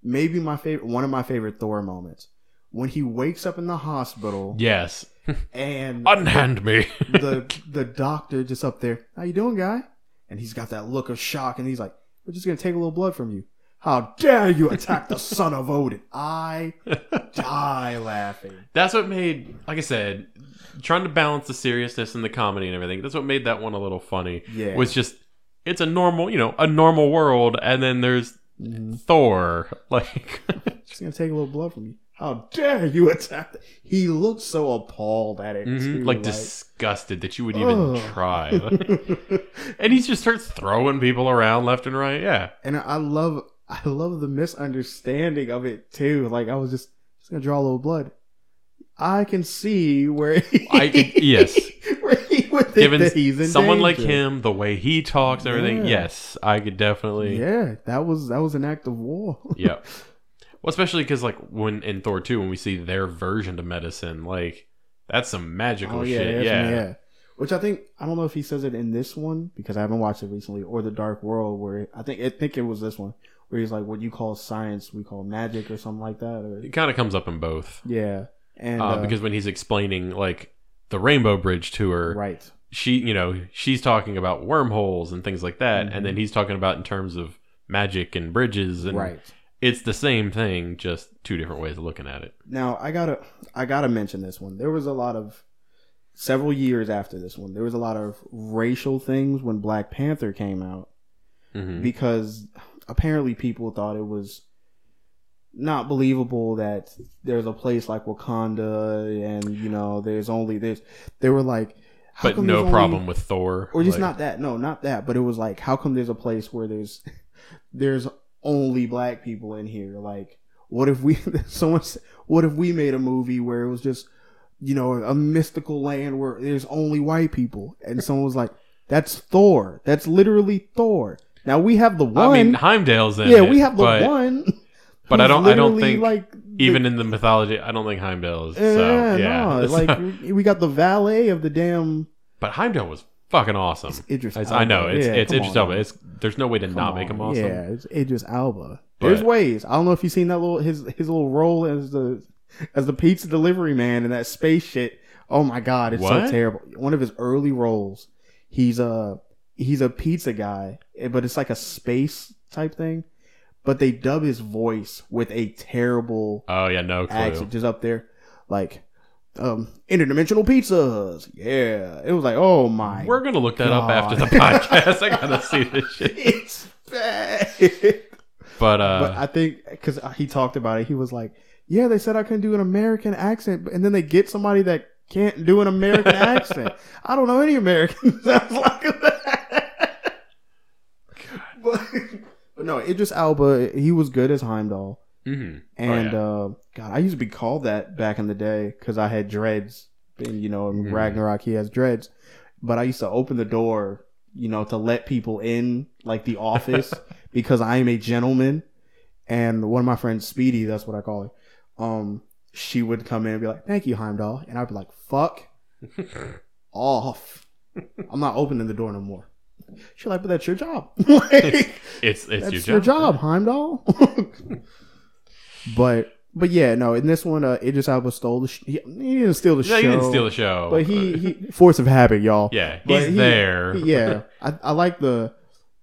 Speaker 1: maybe my favorite one of my favorite Thor moments. When he wakes up in the hospital
Speaker 2: Yes,
Speaker 1: and
Speaker 2: unhand me. [LAUGHS]
Speaker 1: the the doctor just up there, how you doing, guy? And he's got that look of shock and he's like, We're just gonna take a little blood from you. How dare you attack the son of Odin? I die laughing.
Speaker 2: That's what made, like I said, trying to balance the seriousness and the comedy and everything. That's what made that one a little funny.
Speaker 1: Yeah.
Speaker 2: Was just it's a normal, you know, a normal world, and then there's
Speaker 1: Mhm.
Speaker 2: Thor.
Speaker 1: [LAUGHS]
Speaker 2: Like,
Speaker 1: She's gonna take a little blood from you. How dare you attack? The- he looked so appalled at it.
Speaker 2: mhm,
Speaker 1: too,
Speaker 2: like [LAUGHS] disgusted that you would even
Speaker 1: Ugh. [LAUGHS]
Speaker 2: try. and he just starts throwing people around left and right. Yeah,
Speaker 1: and I love, I love the misunderstanding of it too. Like I was just, just gonna draw a little blood. I can see where he,
Speaker 2: I could- yes.
Speaker 1: [LAUGHS] where he would think
Speaker 2: Given
Speaker 1: that he's in
Speaker 2: someone like
Speaker 1: danger.
Speaker 2: him, the way he talks, and everything.
Speaker 1: Yeah.
Speaker 2: Yes, I could definitely. [LAUGHS]
Speaker 1: Yeah, that was that was an act of war.
Speaker 2: yeah. Well, especially because like when in Thor two, when we see their version to medicine, like that's some
Speaker 1: Oh,
Speaker 2: magical
Speaker 1: that's-
Speaker 2: shit. Yeah.
Speaker 1: Which I think I don't know if he says it in this one because I haven't watched it recently, or the Dark World, where I think I think it was this one where he's like, "What you call science, we call magic," or something like that. Or,
Speaker 2: it kind of comes up in both
Speaker 1: yeah, and
Speaker 2: uh, because when he's explaining like the Rainbow Bridge to her,
Speaker 1: right,
Speaker 2: she you know she's talking about wormholes and things like that,
Speaker 1: Mhm.
Speaker 2: and then he's talking about in terms of magic and bridges, and
Speaker 1: right.
Speaker 2: it's the same thing, just two different ways of looking at it.
Speaker 1: Now I gotta I gotta mention this one. There was a lot of several years after this one. There was a lot of racial things when Black Panther came out.
Speaker 2: hmm
Speaker 1: Mm-hmm. because apparently people thought it was not believable that there's a place like Wakanda and you know there's only there's they were like how
Speaker 2: But
Speaker 1: come
Speaker 2: no
Speaker 1: there's only-
Speaker 2: problem with Thor,
Speaker 1: or just
Speaker 2: like-
Speaker 1: not that no not that but it was like how come there's a place where there's [LAUGHS] there's only black people in here like what if we [LAUGHS] someone s- what if we made a movie where it was just you know a mystical land where there's only white people and someone was like that's Thor that's literally Thor now we have the one
Speaker 2: I mean, Heimdall's in
Speaker 1: yeah
Speaker 2: it,
Speaker 1: we have the
Speaker 2: but
Speaker 1: one
Speaker 2: [LAUGHS] but I
Speaker 1: who's
Speaker 2: don't- I don't
Speaker 1: literally,
Speaker 2: think
Speaker 1: like
Speaker 2: even in the mythology, I don't think Heimdall is.
Speaker 1: the, [LAUGHS] yeah,
Speaker 2: so, yeah.
Speaker 1: no,
Speaker 2: It's
Speaker 1: like
Speaker 2: [LAUGHS] not-
Speaker 1: we- we got the valet of the damn
Speaker 2: but Heimdall was fucking awesome.
Speaker 1: Idris
Speaker 2: It's- I know
Speaker 1: Elba.
Speaker 2: it's
Speaker 1: Yeah,
Speaker 2: it's
Speaker 1: come on,
Speaker 2: Idris Elba.
Speaker 1: man.
Speaker 2: It's there's no way to
Speaker 1: Come
Speaker 2: not
Speaker 1: on.
Speaker 2: make him awesome.
Speaker 1: Yeah, it's Idris Alba.
Speaker 2: But-
Speaker 1: There's ways. I don't know if you've seen that little his his little role as the as the pizza delivery man in that space shit. Oh my god, it's
Speaker 2: What?
Speaker 1: so terrible. One of his early roles, he's a he's a pizza guy, eh, but it's like a space type thing. But they dub his voice with a terrible
Speaker 2: Oh yeah, no clue.
Speaker 1: accent just up there, like um interdimensional pizzas. Yeah, it was like oh my
Speaker 2: We're gonna look that up after the
Speaker 1: God.
Speaker 2: podcast. [LAUGHS] I gotta see this shit.
Speaker 1: [LAUGHS] it's bad. [LAUGHS]
Speaker 2: But uh,
Speaker 1: but I think because he talked about it, he was like, "Yeah, they said I couldn't do an American accent, but- and then they get somebody that can't do an American accent. I don't know any Americans [LAUGHS] that's like that." But, [LAUGHS] but no, Idris Alba, he was good as Heimdall,
Speaker 2: mhm.
Speaker 1: and uh, God, I used to be called that back in the day because I had dreads, and you know, in
Speaker 2: Mhm.
Speaker 1: Ragnarok he has dreads, but I used to open the door. You know, to let people in, like the office, because I am a gentleman. And one of my friends, Speedy, that's what I call her, um, she would come in and be like, Thank you, Heimdall. And I'd be like, Fuck off. I'm not opening the door no more. She's like, But that's your job. [LAUGHS] Like,
Speaker 2: it's it's
Speaker 1: that's
Speaker 2: your job.
Speaker 1: your job, Heimdall. [LAUGHS] but but yeah, no, in this one, uh, Idris Alba stole the sh- he, he didn't steal the
Speaker 2: No,
Speaker 1: show.
Speaker 2: he didn't steal the show.
Speaker 1: But he, he, force of habit, y'all.
Speaker 2: yeah,
Speaker 1: but
Speaker 2: he's
Speaker 1: he-
Speaker 2: there.
Speaker 1: yeah, I, I like the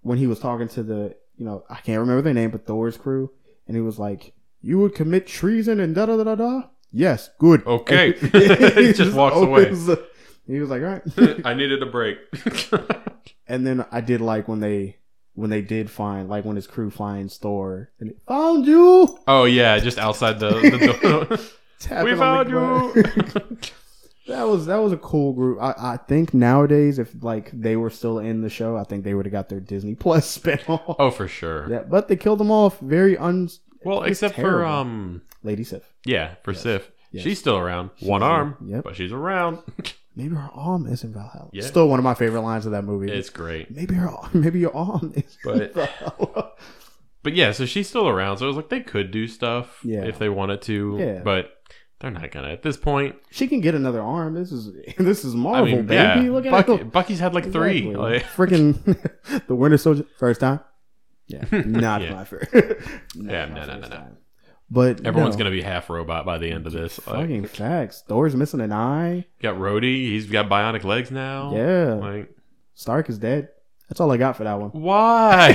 Speaker 1: when he was talking to the you know I can't remember their name, but Thor's crew, and he was like, "You would commit treason and da da da da da." Yes, good.
Speaker 2: Okay. [LAUGHS]
Speaker 1: And [LAUGHS] he
Speaker 2: Just walks away.
Speaker 1: opens the- he was like, "All right,"
Speaker 2: [LAUGHS] I needed a break.
Speaker 1: and then I did like when they when they did find like when his crew finds Thor and it, found you.
Speaker 2: oh yeah, just outside
Speaker 1: [LAUGHS]
Speaker 2: the, the door. [LAUGHS]
Speaker 1: Tapping
Speaker 2: we
Speaker 1: on the
Speaker 2: found
Speaker 1: glass.
Speaker 2: you.
Speaker 1: That was that was a cool group. I, I think nowadays if like they were still in the show, I think they would have got their Disney [LAUGHS] Plus spinoff.
Speaker 2: [LAUGHS] oh, for sure.
Speaker 1: Yeah, but they killed them off very un
Speaker 2: Well,
Speaker 1: It's
Speaker 2: except for
Speaker 1: terrible.
Speaker 2: um,
Speaker 1: Lady Sif.
Speaker 2: yeah, for
Speaker 1: Yes.
Speaker 2: Sif,
Speaker 1: Yes.
Speaker 2: she's still around,
Speaker 1: She's
Speaker 2: one
Speaker 1: still-
Speaker 2: arm,
Speaker 1: yep.
Speaker 2: but she's around.
Speaker 1: Maybe her arm is in Valhalla.
Speaker 2: Yeah.
Speaker 1: Still one of my favorite lines of that movie. [LAUGHS]
Speaker 2: It's great.
Speaker 1: maybe her maybe your arm is
Speaker 2: But-
Speaker 1: in Valhalla.
Speaker 2: But yeah, so she's still around. So I was like, they could do stuff
Speaker 1: Yeah.
Speaker 2: if they wanted to,
Speaker 1: Yeah.
Speaker 2: but they're not gonna at this point.
Speaker 1: She can get another arm. This is [LAUGHS] this is Marvel,
Speaker 2: I mean,
Speaker 1: baby.
Speaker 2: yeah,
Speaker 1: Look at
Speaker 2: Bucky,
Speaker 1: it.
Speaker 2: Bucky's had like three.
Speaker 1: Exactly.
Speaker 2: Like, [LAUGHS]
Speaker 1: Freaking [LAUGHS] the Winter Soldier first time. Yeah, not
Speaker 2: Yeah.
Speaker 1: my [LAUGHS] first.
Speaker 2: Yeah, no, no, no, no.
Speaker 1: But
Speaker 2: everyone's
Speaker 1: no.
Speaker 2: gonna be half robot by the end of this. Like,
Speaker 1: Fucking facts. Thor's missing an eye.
Speaker 2: got Rhodey. He's got bionic legs now.
Speaker 1: Yeah.
Speaker 2: Like,
Speaker 1: Stark is dead. That's all I got for that one.
Speaker 2: why?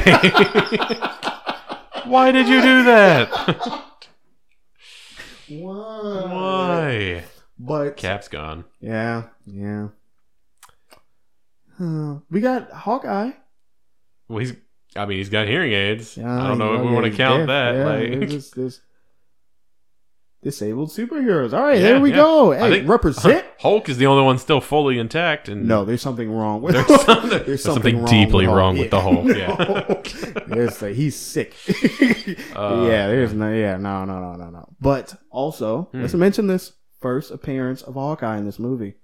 Speaker 2: [LAUGHS] Why did you do that?
Speaker 1: Why?
Speaker 2: Why?
Speaker 1: But
Speaker 2: Cap's gone.
Speaker 1: yeah, yeah. Huh. We got Hawkeye.
Speaker 2: Well, he's. I mean, he's got hearing aids.
Speaker 1: Yeah,
Speaker 2: I don't know
Speaker 1: you
Speaker 2: if we want to
Speaker 1: yeah,
Speaker 2: count
Speaker 1: yeah,
Speaker 2: that.
Speaker 1: yeah,
Speaker 2: like,
Speaker 1: this-
Speaker 2: [LAUGHS]
Speaker 1: this- disabled superheroes. All right,
Speaker 2: Yeah,
Speaker 1: there we
Speaker 2: yeah.
Speaker 1: go. Hey,
Speaker 2: think-
Speaker 1: represent.
Speaker 2: Hulk is the only one still fully intact, and
Speaker 1: No, there's something wrong with.
Speaker 2: [LAUGHS] there's
Speaker 1: [LAUGHS]
Speaker 2: something, there's something
Speaker 1: wrong with
Speaker 2: deeply
Speaker 1: Hulk.
Speaker 2: wrong with the Hulk. Yeah.
Speaker 1: [LAUGHS] No. There's a- he's sick. [LAUGHS]
Speaker 2: Uh,
Speaker 1: yeah, there's no. Yeah, no, no, no, no, no. But also,
Speaker 2: Hmm.
Speaker 1: let's mention this first appearance of Hawkeye in this movie.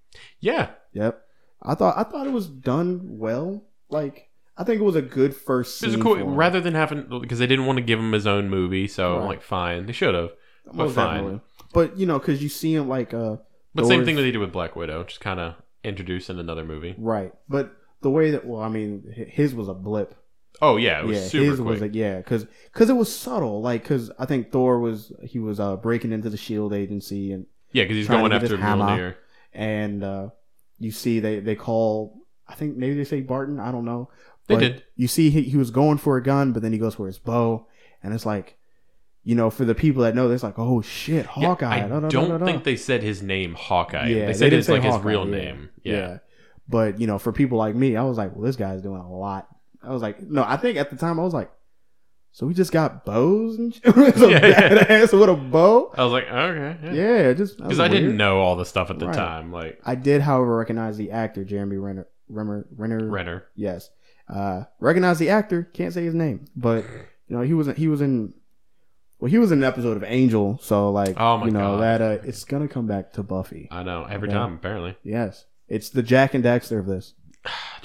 Speaker 2: yeah,
Speaker 1: Yep. I thought I thought it was done well. Like I think it was a good first
Speaker 2: It was
Speaker 1: scene.
Speaker 2: a cool.
Speaker 1: for him.
Speaker 2: Rather than having, because they didn't want to give him his own movie, so
Speaker 1: Right.
Speaker 2: I'm like, fine, they should have. but
Speaker 1: Most
Speaker 2: fine.
Speaker 1: definitely. But you know, because you see him like uh
Speaker 2: But same
Speaker 1: Thor's-
Speaker 2: thing that they did with Black Widow, just kind of introducing another movie.
Speaker 1: right, but the way that well, I mean, hi- his was a blip.
Speaker 2: Oh yeah, it was
Speaker 1: yeah,
Speaker 2: super
Speaker 1: his
Speaker 2: quick.
Speaker 1: was a yeah, because it was subtle. Like because I think Thor was he was uh breaking into the Shield Agency and
Speaker 2: yeah, because he's
Speaker 1: trying
Speaker 2: going
Speaker 1: to get
Speaker 2: after
Speaker 1: his hammer.
Speaker 2: Mjolnir.
Speaker 1: and uh you see they they call I think maybe they say Barton I don't know
Speaker 2: They
Speaker 1: But
Speaker 2: did.
Speaker 1: you see he, he was going for a gun but then he goes for his bow and it's like you know for the people that know it's like oh shit
Speaker 2: Yeah,
Speaker 1: Hawkeye
Speaker 2: I
Speaker 1: da, da, da,
Speaker 2: don't
Speaker 1: da, da.
Speaker 2: think they said his name Hawkeye.
Speaker 1: Yeah,
Speaker 2: they
Speaker 1: they
Speaker 2: said
Speaker 1: didn't
Speaker 2: his
Speaker 1: say
Speaker 2: like his
Speaker 1: Hawkeye,
Speaker 2: real
Speaker 1: yeah.
Speaker 2: name. Yeah.
Speaker 1: but you know for people like me I was like well this guy's doing a lot I was like no I think at the time I was like so we just got bows and shit? [LAUGHS] so
Speaker 2: Yeah, yeah.
Speaker 1: badass with a bow
Speaker 2: I was like, "Oh, okay, yeah,
Speaker 1: yeah just that
Speaker 2: because
Speaker 1: was
Speaker 2: I didn't
Speaker 1: weird.
Speaker 2: know all the stuff at the
Speaker 1: Right.
Speaker 2: time. Like
Speaker 1: I did however recognize the actor Jeremy Renner Renner Renner
Speaker 2: Renner.
Speaker 1: Yes. Uh, recognize the actor. Can't say his name, but you know he was he was in. Well, he was in an episode of Angel, so like
Speaker 2: Oh my
Speaker 1: you know
Speaker 2: God.
Speaker 1: that uh, it's gonna come back to Buffy.
Speaker 2: I know every
Speaker 1: Yeah.
Speaker 2: time apparently, Ah,
Speaker 1: Yes, it's the Jack and Daxter of this.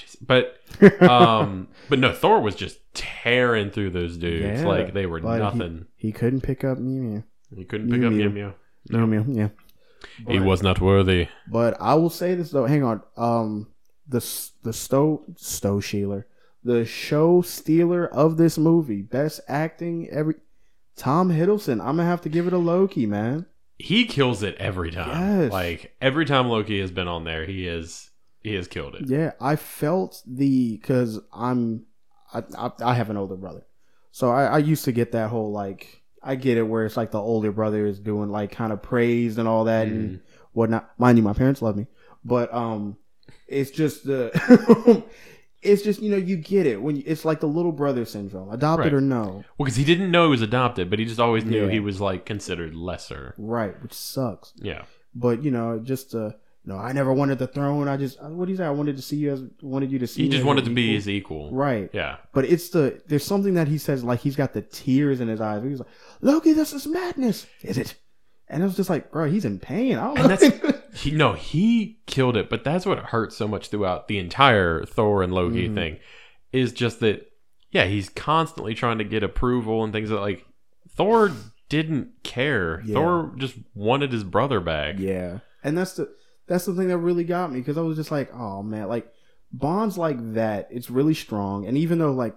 Speaker 2: Jeez. but um, but no, Thor was just tearing through those dudes
Speaker 1: Yeah,
Speaker 2: like they were
Speaker 1: but he-
Speaker 2: nothing.
Speaker 1: [LAUGHS] He couldn't pick up Mew Mew.
Speaker 2: He couldn't pick
Speaker 1: Mew
Speaker 2: up
Speaker 1: Mew.
Speaker 2: Mew
Speaker 1: Mew
Speaker 2: Mew.
Speaker 1: Mew, yeah.
Speaker 2: He
Speaker 1: But-
Speaker 2: was not worthy.
Speaker 1: But I will say this though. Hang on. Um, the s- the Stowe Stowe Sheeler, the show stealer of this movie, best acting every. Tom Hiddleston. I'm gonna have to give it a low key, man.
Speaker 2: He kills it every time.
Speaker 1: Yes.
Speaker 2: Like every time Loki has been on there, he is he has killed it.
Speaker 1: Yeah, I felt the because I'm I, I I have an older brother, so I, I used to get that whole like I get it where it's like the older brother is doing like kind of praise and all that and
Speaker 2: Mhm.
Speaker 1: whatnot. Mind you, my parents love me, but um, it's just the [LAUGHS] it's just you know you get it when you, it's like the little brother syndrome, adopted
Speaker 2: Right.
Speaker 1: or no,
Speaker 2: Well, because he didn't know he was adopted, but he just always knew
Speaker 1: Yeah.
Speaker 2: he was like considered lesser.
Speaker 1: right, which sucks.
Speaker 2: Yeah.
Speaker 1: But you know, just uh, you know, I never wanted the throne. I just uh, what do you say? I wanted to see you as wanted you to see. me
Speaker 2: He
Speaker 1: as
Speaker 2: just
Speaker 1: an
Speaker 2: wanted to be
Speaker 1: equal.
Speaker 2: his equal.
Speaker 1: right.
Speaker 2: Yeah.
Speaker 1: But it's the there's something that he says like he's got the tears in his eyes. He's like, Loki, this is madness, is it? And I was just like, bro, he's in pain. I don't know.
Speaker 2: And that's- He, no, he killed it, but that's what hurts so much throughout the entire Thor and Loki
Speaker 1: Mhm.
Speaker 2: thing is just that, yeah, he's constantly trying to get approval and things that, like, Thor didn't care.
Speaker 1: Yeah.
Speaker 2: Thor just wanted his brother back.
Speaker 1: yeah, and that's the that's the thing that really got me because I was just like, oh man, like bonds like that. It's really strong, and even though like.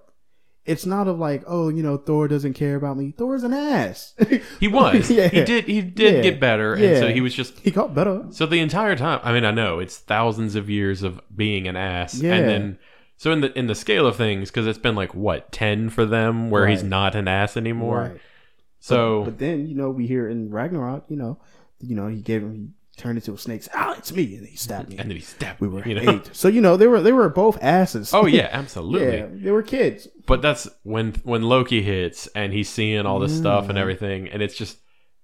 Speaker 1: It's not of like, oh, you know, Thor doesn't care about me. Thor's an ass. [LAUGHS]
Speaker 2: He was.
Speaker 1: Yeah.
Speaker 2: He did. He did
Speaker 1: Yeah.
Speaker 2: get better, and so
Speaker 1: Yeah.
Speaker 2: he was just.
Speaker 1: he got better.
Speaker 2: So the entire time, I mean, I know it's thousands of years of being an ass,
Speaker 1: Yeah.
Speaker 2: and then so in the in the scale of things, because it's been like what ten for them, where he's
Speaker 1: Right.
Speaker 2: not an ass anymore.
Speaker 1: Right.
Speaker 2: So
Speaker 1: but, but then you know we hear in Ragnarok, you know, you know he gave him, he turned into a snake. said, Ah, it's me, and he stabbed me.
Speaker 2: and then he stabbed.
Speaker 1: We were
Speaker 2: you know?
Speaker 1: eight. So you know they were they were both asses.
Speaker 2: oh yeah,
Speaker 1: [LAUGHS]
Speaker 2: absolutely.
Speaker 1: yeah, they were kids.
Speaker 2: But that's when when Loki hits and he's seeing all this stuff and
Speaker 1: Yeah.
Speaker 2: everything, and it's just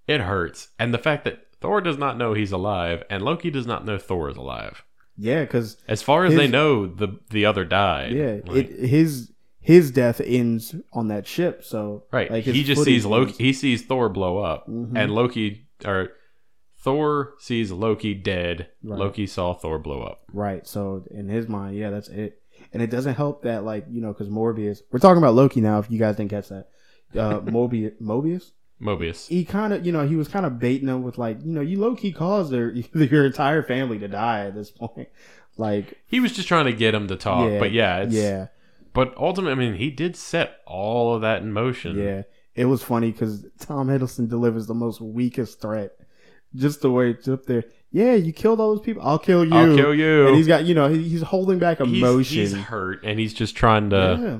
Speaker 2: it hurts, and the fact that Thor does not know he's alive, and Loki does not know Thor is alive.
Speaker 1: Yeah, because
Speaker 2: As far as
Speaker 1: His-
Speaker 2: they know, the the other died.
Speaker 1: yeah,
Speaker 2: Like-
Speaker 1: it, his his death ends on that ship. So
Speaker 2: Right.
Speaker 1: like, his
Speaker 2: he just
Speaker 1: footage
Speaker 2: sees Loki.
Speaker 1: ends.
Speaker 2: He sees Thor blow up,
Speaker 1: Mhm.
Speaker 2: and Loki or Thor sees Loki dead.
Speaker 1: Right.
Speaker 2: Loki saw Thor blow up.
Speaker 1: right. So in his mind, yeah, that's it. And it doesn't help that like you know because Morbius. We're talking about Loki now. If you guys didn't catch that,
Speaker 2: [LAUGHS]
Speaker 1: uh, Mobius. Mobius.
Speaker 2: Mobius.
Speaker 1: He kind of you know he was kind of baiting them with like you know you low key caused their [LAUGHS] your entire family to die at this point. Like
Speaker 2: He was just trying to get him to talk,
Speaker 1: Yeah,
Speaker 2: but yeah, it's,
Speaker 1: yeah.
Speaker 2: But ultimately, I mean, he did set all of that in motion.
Speaker 1: Yeah, it was funny because Tom Hiddleston delivers the most weakest threat. Just the way it's up there. Yeah, you killed all those people. I'll kill you.
Speaker 2: I'll kill you.
Speaker 1: And he's got, you know, he, he's holding back
Speaker 2: He's- Uh,
Speaker 1: emotion.
Speaker 2: He's, hurt, and he's just trying to.
Speaker 1: yeah.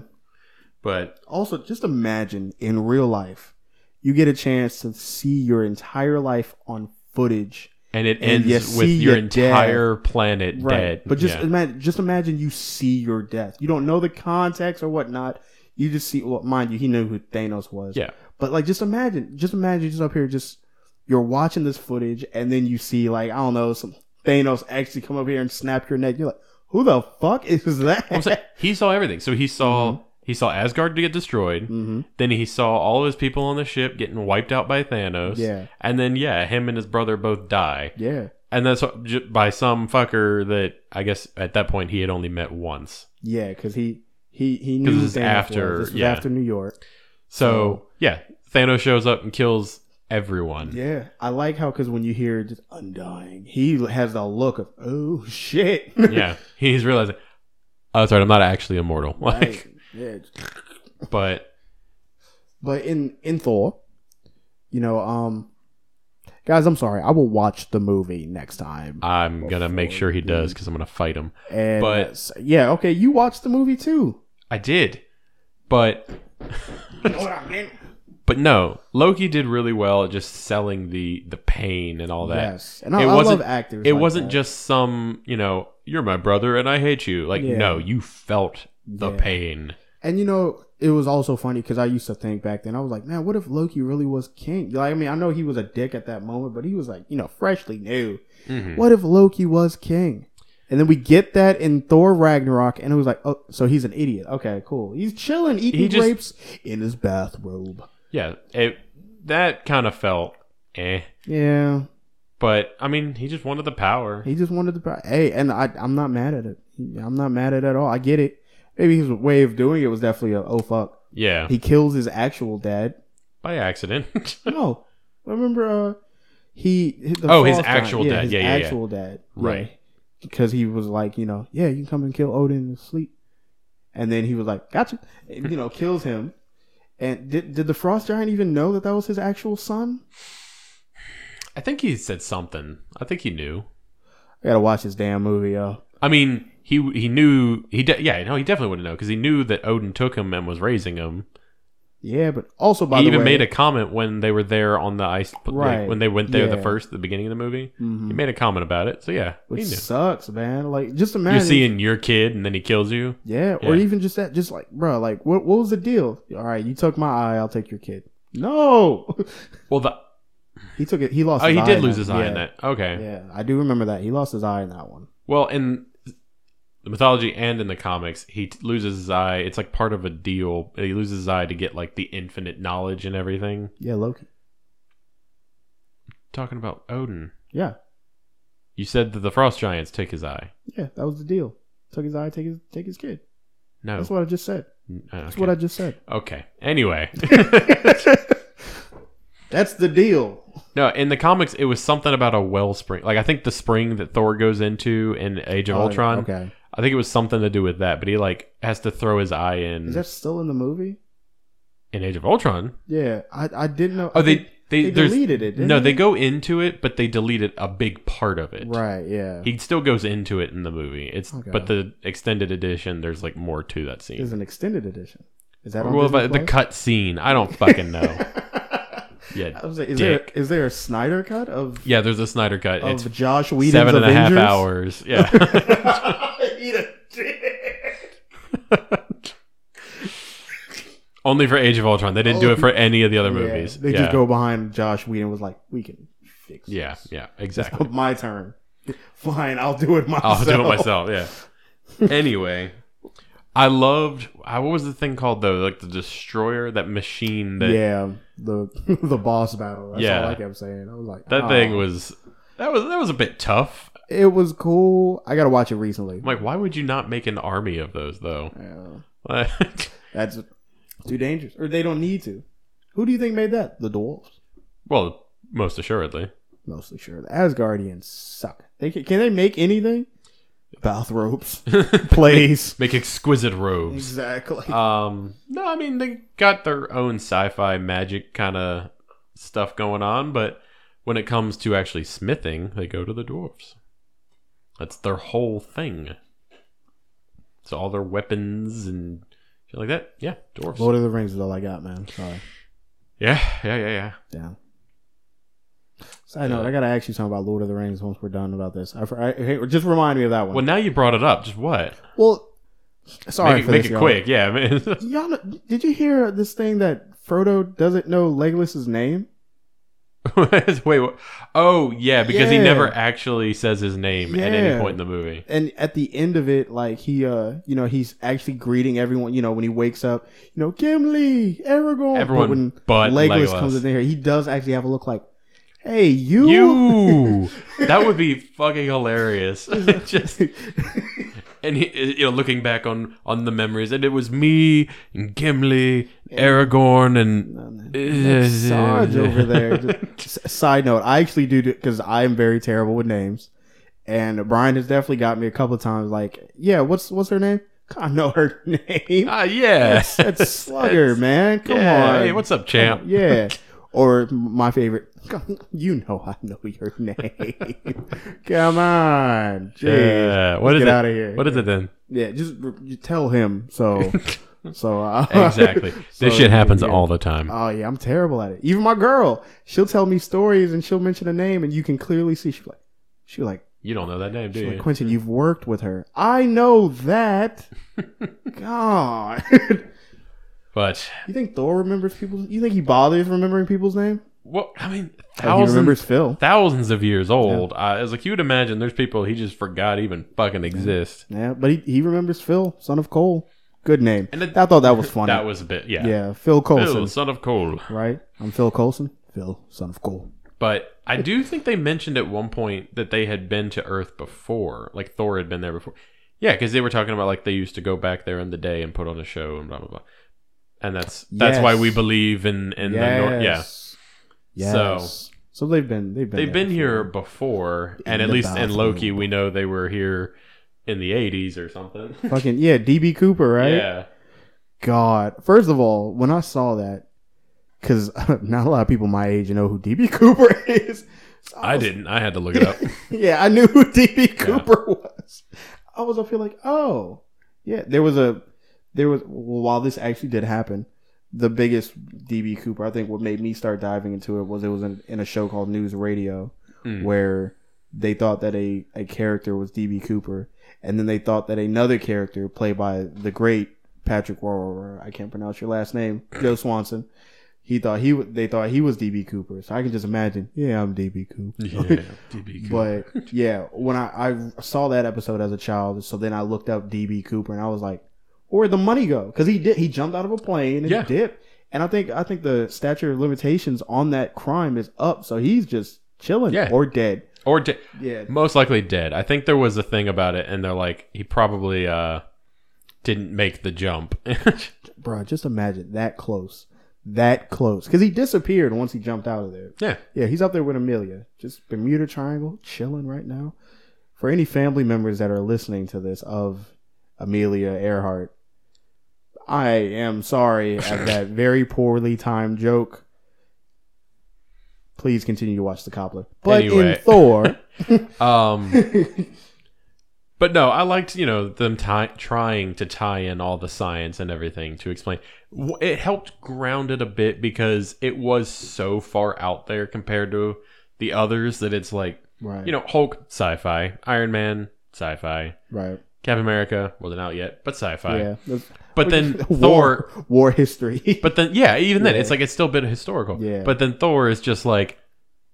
Speaker 2: But
Speaker 1: Also, just imagine in real life, you get a chance to see your entire life on footage.
Speaker 2: and it
Speaker 1: And you
Speaker 2: ends with
Speaker 1: see
Speaker 2: your
Speaker 1: your dad.
Speaker 2: entire planet dead.
Speaker 1: But just
Speaker 2: Yeah.
Speaker 1: imagine just imagine you see your death. You don't know the context or whatnot. You just see well, mind you, he knew who Thanos was.
Speaker 2: Yeah.
Speaker 1: But like just imagine just imagine just up here just you're watching this footage and then you see like, I don't know, some Thanos actually come up here and snap your neck. You're like, who the fuck is
Speaker 2: [LAUGHS]
Speaker 1: that?
Speaker 2: I'm saying he saw everything. So he saw
Speaker 1: Mm-hmm.
Speaker 2: he saw Asgard get destroyed.
Speaker 1: hmm
Speaker 2: Then he saw all of his people on the ship getting wiped out by Thanos.
Speaker 1: Yeah.
Speaker 2: And then yeah, him and his brother both die.
Speaker 1: Yeah.
Speaker 2: And that's what- j- by some fucker that I guess at that point he had only met once.
Speaker 1: Yeah, because he he he
Speaker 2: 'Cause
Speaker 1: knew
Speaker 2: this is
Speaker 1: Thanos
Speaker 2: after-
Speaker 1: was. This was
Speaker 2: yeah.
Speaker 1: after New York.
Speaker 2: So yeah, Thanos shows up and kills everyone.
Speaker 1: Yeah, I like how because when you hear just undying, he has the look of oh shit. [LAUGHS] Like,
Speaker 2: [LAUGHS] yeah. He's realizing, oh, sorry, I'm not actually immortal. [LAUGHS] Like,
Speaker 1: yeah.
Speaker 2: but
Speaker 1: But in in Thor, you know, um, guys, I'm sorry, I will watch the movie next time.
Speaker 2: I'm gonna make
Speaker 1: Before
Speaker 2: sure he
Speaker 1: you-
Speaker 2: does because I'm gonna fight him.
Speaker 1: And
Speaker 2: but-
Speaker 1: s- yeah, okay, you watched the movie too.
Speaker 2: I did, but
Speaker 1: You know what I mean?
Speaker 2: but no, Loki did really well at just selling the the pain and all that.
Speaker 1: Yes, and I,
Speaker 2: It
Speaker 1: I love
Speaker 2: wasn't-
Speaker 1: actors.
Speaker 2: it
Speaker 1: like
Speaker 2: wasn't
Speaker 1: that.
Speaker 2: just some you know you're my brother and I hate you. Like
Speaker 1: Yeah.
Speaker 2: no, you felt the
Speaker 1: Yeah.
Speaker 2: pain.
Speaker 1: And you know, it was also funny because I used to think back then, I was like, man, what if Loki really was king? Like, I mean, I know he was a dick at that moment, but he was like, you know, freshly new.
Speaker 2: Mhm.
Speaker 1: What if Loki was king? And then we get that in Thor Ragnarok, and it was like, oh, so he's an idiot. Okay, cool. He's chilling, eating
Speaker 2: He just-
Speaker 1: grapes in his bathrobe.
Speaker 2: Yeah, it that kind of felt eh.
Speaker 1: Yeah,
Speaker 2: But I mean, he just wanted the power.
Speaker 1: he just wanted to. pro- Hey, and I, I'm not mad at it. I'm not mad at it at all. I get it. Maybe his way of doing it was definitely a oh fuck.
Speaker 2: yeah,
Speaker 1: He kills his actual dad.
Speaker 2: by accident. [LAUGHS]
Speaker 1: No, I remember uh, he. the
Speaker 2: Oh, his
Speaker 1: frost
Speaker 2: actual
Speaker 1: giant.
Speaker 2: dad.
Speaker 1: his
Speaker 2: Yeah, yeah, yeah.
Speaker 1: actual dad.
Speaker 2: Right.
Speaker 1: Because he was like, you know, yeah, you can come and kill Odin in his sleep, and then he was like, gotcha, and, you know, kills him. And did did the frost giant even know that that was his actual son?
Speaker 2: I think he said something. I think he knew.
Speaker 1: I gotta watch this damn movie, yo.
Speaker 2: I mean, he he knew he de- yeah no he definitely would have known because he knew that Odin took him and was raising him.
Speaker 1: Yeah, but also by
Speaker 2: he
Speaker 1: the
Speaker 2: even
Speaker 1: way,
Speaker 2: made a comment when they were there on the ice, like,
Speaker 1: Right.
Speaker 2: when they went there the
Speaker 1: Yeah.
Speaker 2: first the beginning of the movie.
Speaker 1: Mhm.
Speaker 2: He made a comment about it. So yeah,
Speaker 1: which
Speaker 2: he knew.
Speaker 1: sucks, man. Like, just imagine
Speaker 2: You're seeing your kid and then he kills you.
Speaker 1: Yeah, or
Speaker 2: Yeah.
Speaker 1: even just that, just like, bro, like, what, what was the deal? All right, you took my eye, I'll take your kid. No,
Speaker 2: Well, the
Speaker 1: he took it. He lost.
Speaker 2: oh
Speaker 1: his
Speaker 2: he
Speaker 1: eye
Speaker 2: did
Speaker 1: in
Speaker 2: lose his eye
Speaker 1: yeah.
Speaker 2: in that. Okay.
Speaker 1: Yeah, I do remember that. He lost his eye in that one.
Speaker 2: Well, in the mythology and in the comics, he t- loses his eye. It's like part of a deal. He loses his eye to get like the infinite knowledge and everything.
Speaker 1: Yeah, Loki.
Speaker 2: Talking about Odin,
Speaker 1: Yeah,
Speaker 2: you said that the frost giants took his eye.
Speaker 1: yeah, that was the deal. Took his eye, take his take his kid.
Speaker 2: No, uh,
Speaker 1: That's what I just said. That's what I just said. [LAUGHS]
Speaker 2: Oh. [LAUGHS] Okay. Anyway,
Speaker 1: That's the deal.
Speaker 2: no, in the comics, it was something about a wellspring. Like I think the spring that Thor goes into in Age of
Speaker 1: Oh,
Speaker 2: Ultron.
Speaker 1: Okay,
Speaker 2: I think it was something to do with that. But he like has to throw his eye in
Speaker 1: is that still in the movie?
Speaker 2: in Age of Ultron.
Speaker 1: Yeah, I I didn't know.
Speaker 2: Oh,
Speaker 1: I
Speaker 2: they
Speaker 1: think
Speaker 2: they,
Speaker 1: they
Speaker 2: there's
Speaker 1: deleted it. didn't
Speaker 2: no they go into it, but they deleted a big part of it.
Speaker 1: right. Yeah,
Speaker 2: He still goes into it in the movie. It's
Speaker 1: Okay.
Speaker 2: but the extended edition. There's like more to that scene.
Speaker 1: there's an extended edition. Is that on
Speaker 2: Well,
Speaker 1: Disney
Speaker 2: but the
Speaker 1: Plus?
Speaker 2: cut scene. I don't fucking
Speaker 1: [LAUGHS]
Speaker 2: know. yeah,
Speaker 1: I was like, is there
Speaker 2: Dick.
Speaker 1: is there a Snyder cut of
Speaker 2: yeah. There's a Snyder cut.
Speaker 1: of
Speaker 2: it's
Speaker 1: Josh Whedon's
Speaker 2: seven and a half
Speaker 1: Avengers?
Speaker 2: hours.
Speaker 1: [LAUGHS]
Speaker 2: Yeah.
Speaker 1: Eat a dick.
Speaker 2: Only for Age of Ultron. They didn't do it for any of the other movies.
Speaker 1: Yeah, they
Speaker 2: yeah.
Speaker 1: just go behind Josh Whedon was like, we can fix it.
Speaker 2: Yeah,
Speaker 1: [LAUGHS]
Speaker 2: yeah, exactly.
Speaker 1: my turn. [LAUGHS] Fine, I'll do it myself.
Speaker 2: [LAUGHS] I'll do it myself. Yeah. Anyway, I loved. I, what was the thing called though? Like the destroyer, that machine. That
Speaker 1: yeah, the [LAUGHS] the boss battle. That's
Speaker 2: Yeah.
Speaker 1: all I kept saying. I was like,
Speaker 2: that
Speaker 1: "Aw."
Speaker 2: thing was. That was that was a bit tough.
Speaker 1: It was cool. I got to watch it recently.
Speaker 2: I'm like, why would you not make an army of those though? [LAUGHS]
Speaker 1: Yeah.
Speaker 2: Like,
Speaker 1: that's too dangerous, or they don't need to. Who do you think made that? The dwarves,
Speaker 2: well, most assuredly. [LAUGHS]
Speaker 1: mostly sure. The Asgardians suck. They can, can they make anything?
Speaker 2: [LAUGHS]
Speaker 1: Bathrobes, plays.
Speaker 2: Make exquisite robes.
Speaker 1: Exactly.
Speaker 2: Um, no, I mean they got their own sci-fi magic kind of stuff going on, but when it comes to actually smithing, they go to the dwarves. That's their whole thing. So all their weapons and Shit like that. Yeah, dwarves.
Speaker 1: Lord of the Rings is all I got, man. Sorry.
Speaker 2: Yeah, yeah, yeah, yeah.
Speaker 1: Down. Side note, I gotta ask you something about Lord of the Rings once we're done about this. I, I, hey, just remind me of that one.
Speaker 2: Well, now you brought it up. Just what?
Speaker 1: Well, sorry
Speaker 2: make it,
Speaker 1: for
Speaker 2: make
Speaker 1: this,
Speaker 2: it
Speaker 1: y'all.
Speaker 2: quick. Yeah, [LAUGHS] man.
Speaker 1: Y'all, know- did you hear this thing that Frodo doesn't know Legolas's name?
Speaker 2: Wait, what? oh yeah, because he
Speaker 1: Yeah.
Speaker 2: never actually says his name at any
Speaker 1: Yeah.
Speaker 2: point in the movie.
Speaker 1: And at the end of it, like he, uh, you know, he's actually greeting everyone. You know, when he wakes up, you know, Gimli, Aragorn. But
Speaker 2: Everyone
Speaker 1: when
Speaker 2: but
Speaker 1: Legolas,
Speaker 2: Legolas.
Speaker 1: comes in there, he does actually have a look like, "Hey, you."
Speaker 2: You. that would be fucking hilarious. [LAUGHS] Just
Speaker 1: [LAUGHS]
Speaker 2: and he, you know, looking back on on the memories, and it was me and Gimli, Aragorn, and
Speaker 1: Um, That's Sarge over there. Just- s- side note, I actually do because I'm very terrible with names, and Brian has definitely got me a couple of times. Like, yeah, what's what's her name? [LAUGHS] God, I know her name.
Speaker 2: [LAUGHS] ah yeah,
Speaker 1: That's, that's Slugger, man. Come
Speaker 2: yeah.
Speaker 1: on.
Speaker 2: Hey, what's up, champ?
Speaker 1: Yeah. [LAUGHS] Or my favorite, [LAUGHS] you know I know your [LAUGHS] name. Come on, jeez,
Speaker 2: Yeah. What is
Speaker 1: get
Speaker 2: it?
Speaker 1: out of here.
Speaker 2: What is
Speaker 1: [LAUGHS]
Speaker 2: it then?
Speaker 1: yeah, just you tell him.
Speaker 2: [LAUGHS]
Speaker 1: So, so uh, [LAUGHS]
Speaker 2: Exactly.
Speaker 1: so-
Speaker 2: this shit happens
Speaker 1: yeah.
Speaker 2: all the time.
Speaker 1: Oh yeah, I'm terrible at it. Even my girl, she'll tell me stories and she'll mention a name, and you can clearly see she like, she like,
Speaker 2: you don't know that name, do
Speaker 1: she
Speaker 2: you?
Speaker 1: like, Quentin, you've worked with her. I know
Speaker 2: [LAUGHS]
Speaker 1: that. God, [LAUGHS]
Speaker 2: But
Speaker 1: you think Thor remembers people's? You think he bothers remembering people's name?
Speaker 2: what? I mean,
Speaker 1: Like, he
Speaker 2: thousands
Speaker 1: remembers Phil.
Speaker 2: thousands of years old. I was like, you would imagine there's people he just forgot even fucking exist.
Speaker 1: Yeah, but he, he remembers Phil, son of Cole. Good name.
Speaker 2: And it-
Speaker 1: I thought that was funny.
Speaker 2: That was a bit, yeah.
Speaker 1: yeah, Phil
Speaker 2: Phil,
Speaker 1: Colson.
Speaker 2: son of Cole.
Speaker 1: Right? I'm Phil Colson. Phil, son of Cole.
Speaker 2: But I do think they mentioned at one point that they had been to Earth before. Like Thor had been there before. Yeah, because they were talking about like they used to go back there in the day and put on a show and blah blah blah. And that's that's why
Speaker 1: Yes.
Speaker 2: we believe in in the Nor- yeah.
Speaker 1: Yes.
Speaker 2: So-
Speaker 1: Yes. So they've been they've been
Speaker 2: They've
Speaker 1: there
Speaker 2: been here
Speaker 1: before.
Speaker 2: before,
Speaker 1: In
Speaker 2: and at
Speaker 1: the
Speaker 2: least in
Speaker 1: bathroom.
Speaker 2: Loki, we know they were here in the '80s or something.
Speaker 1: Fucking yeah, DB Cooper, right?
Speaker 2: [LAUGHS] Yeah.
Speaker 1: God. First of all, when I saw that, because [LAUGHS] not a lot of people my age know who DB Cooper [LAUGHS] is. So
Speaker 2: I
Speaker 1: was-
Speaker 2: didn't. I had to look it up.
Speaker 1: [LAUGHS] yeah, I knew who DB Cooper [LAUGHS] was. I was up here like, oh, yeah. There was a, there was while this actually did happen, the biggest DB Cooper. I think what made me start diving into it was it was in, in a show called News Radio
Speaker 2: Mm.
Speaker 1: where they thought that a a character was DB Cooper, and then they thought that another character played by the great Patrick Warwick, I can't pronounce your last
Speaker 2: [CLEARS THROAT]
Speaker 1: name, Joe Swanson. He thought he wa- they thought he was DB Cooper, so I can just imagine. Yeah, I'm DB Cooper.
Speaker 2: Yeah, DB Cooper.
Speaker 1: But yeah, when I, I saw that episode as a child, so then I looked up DB Cooper and I was like, where'd the money go? Because he did he jumped out of a plane and
Speaker 2: Yeah.
Speaker 1: dipped. And I think I think the statute of limitations on that crime is up, so he's just chilling
Speaker 2: Yeah.
Speaker 1: or dead.
Speaker 2: or de-
Speaker 1: Yeah.
Speaker 2: most likely dead. I think there was a thing about it, and they're like, he probably uh, didn't make the jump. [LAUGHS]
Speaker 1: Bro, just imagine that close. That close. Because he disappeared once he jumped out of there.
Speaker 2: yeah,
Speaker 1: Yeah, he's up there with Amelia. Just Bermuda Triangle, chilling right now. For any family members that are listening to this of Amelia Earhart, I am sorry
Speaker 2: [LAUGHS]
Speaker 1: at that very poorly timed joke. Please continue to watch The Cobbler. But in
Speaker 2: Anyway.
Speaker 1: Thor,
Speaker 2: [LAUGHS]
Speaker 1: [LAUGHS]
Speaker 2: um, but no, I liked you know them ti trying to tie in all the science and everything to explain. W- It helped ground it a bit because it was so far out there compared to the others that it's like
Speaker 1: right,
Speaker 2: you know Hulk sci-fi, Iron Man sci-fi,
Speaker 1: right,
Speaker 2: Captain America wasn't out yet, but sci-fi.
Speaker 1: yeah. That's- [LAUGHS]
Speaker 2: But then Thor
Speaker 1: war, war history. [LAUGHS]
Speaker 2: But then, yeah, even then, it's
Speaker 1: Yeah.
Speaker 2: like it's still a bit historical.
Speaker 1: Yeah.
Speaker 2: But then Thor is just like,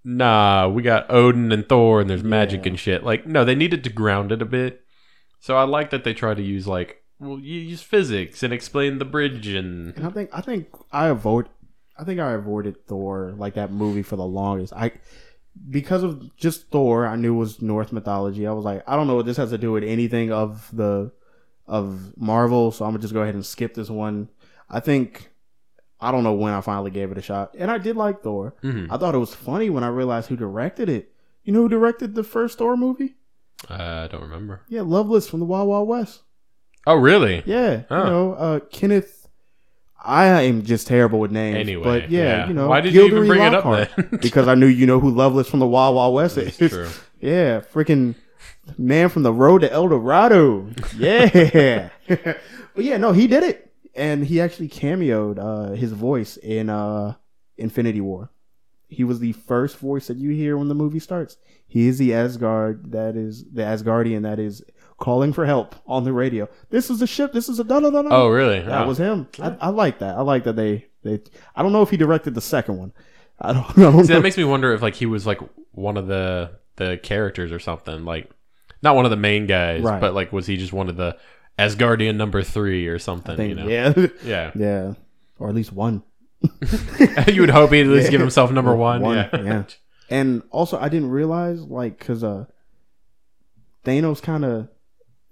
Speaker 2: nah, we got Odin and Thor, and there's magic
Speaker 1: Yeah.
Speaker 2: and shit. Like, no, they needed to ground it a bit. So I like that they try to use like, well, you use physics and explain the bridge and
Speaker 1: And I think I think I avoid I think I avoided Thor like that movie for the longest. I because of just Thor, I knew it was Norse mythology. I was like, I don't know what this has to do with anything of the of Marvel, so I'm gonna just go ahead and skip this one. I think I don't know when I finally gave it a shot, and I did like Thor.
Speaker 2: Mhm.
Speaker 1: I thought it was funny when I realized who directed it. You know who directed the first Thor movie?
Speaker 2: Uh, I don't remember.
Speaker 1: Yeah, Loveless from the Wild Wild West.
Speaker 2: Oh, really?
Speaker 1: Yeah,
Speaker 2: Huh.
Speaker 1: you know, uh, Kenneth. I am just terrible with names.
Speaker 2: Anyway,
Speaker 1: but yeah, you know,
Speaker 2: why did you
Speaker 1: Gilderoy
Speaker 2: even bring
Speaker 1: Lockhart.
Speaker 2: it up then? [LAUGHS]
Speaker 1: because I knew you know who Loveless from the Wild Wild West
Speaker 2: That's
Speaker 1: is.
Speaker 2: true.
Speaker 1: Yeah, freaking [LAUGHS] man from the road to El Dorado. Yeah, but yeah, no, he did it, and he actually cameoed uh, his voice in uh, Infinity War. He was the first voice that you hear when the movie starts. He is the Asgard that is the Asgardian that is calling for help on the radio. This is a ship. This is a da da da da.
Speaker 2: Oh, really?
Speaker 1: That
Speaker 2: Oh.
Speaker 1: was him. I, I like that. I like that they they. I don't know if he directed the second one. I don't. [LAUGHS] I don't
Speaker 2: See,
Speaker 1: know.
Speaker 2: that makes me wonder if like he was like one of the the characters or something. Like not one of the main guys,
Speaker 1: Right.
Speaker 2: but like was he just one of the Asgardian number three or something?
Speaker 1: I think-
Speaker 2: you know?
Speaker 1: Yeah, [LAUGHS]
Speaker 2: Yeah. [LAUGHS]
Speaker 1: yeah, or at least one.
Speaker 2: you would hope he'd at least
Speaker 1: Yeah.
Speaker 2: give himself
Speaker 1: [LAUGHS]
Speaker 2: number one.
Speaker 1: One,
Speaker 2: Yeah.
Speaker 1: yeah. And also, I didn't realize like because uh, Thanos kind of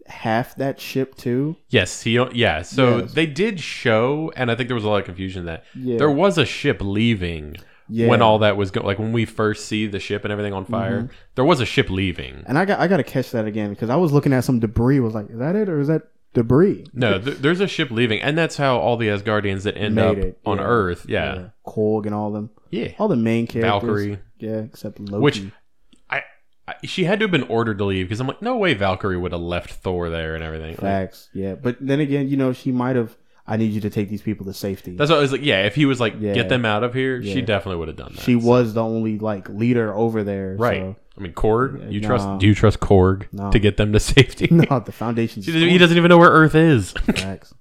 Speaker 1: half that ship too.
Speaker 2: [LAUGHS] yes. He. Yeah. So
Speaker 1: Yes.
Speaker 2: they did show, and I think there was a lot of confusion that
Speaker 1: Yeah,
Speaker 2: there was a ship leaving
Speaker 1: yeah. Mm-hmm.
Speaker 2: when all that was go- like when we first see the ship and everything on fire. There was a ship leaving.
Speaker 1: And I got I got to catch that again because I was looking at some debris. Was like, is that it or is that debris?
Speaker 2: No, th- there's a ship leaving, and that's how all the Asgardians that end
Speaker 1: Made
Speaker 2: up
Speaker 1: it,
Speaker 2: on
Speaker 1: yeah.
Speaker 2: Earth. Yeah.
Speaker 1: Korg and all them,
Speaker 2: Yeah.
Speaker 1: all the main characters.
Speaker 2: Valkyrie.
Speaker 1: yeah, except Loki.
Speaker 2: Which- I, she had to have been ordered to leave because I'm like, no way Valkyrie would have left Thor there and everything. Like,
Speaker 1: Facts. Yeah, but then again, you know, she might have. I need you to take these people to safety.
Speaker 2: that's what I was like. Yeah, if he was like,
Speaker 1: Yeah.
Speaker 2: get them out of here, she
Speaker 1: Yeah.
Speaker 2: definitely would have done that.
Speaker 1: she
Speaker 2: So-
Speaker 1: was the only like leader over there.
Speaker 2: right.
Speaker 1: So.
Speaker 2: I mean, Korg.
Speaker 1: Yeah,
Speaker 2: you
Speaker 1: nah.
Speaker 2: trust? Do you trust Korg
Speaker 1: No.
Speaker 2: to get them to [LAUGHS] safety?
Speaker 1: [LAUGHS] No, the foundation.
Speaker 2: She doesn't- he doesn't even know where Earth is. [LAUGHS]
Speaker 1: Facts.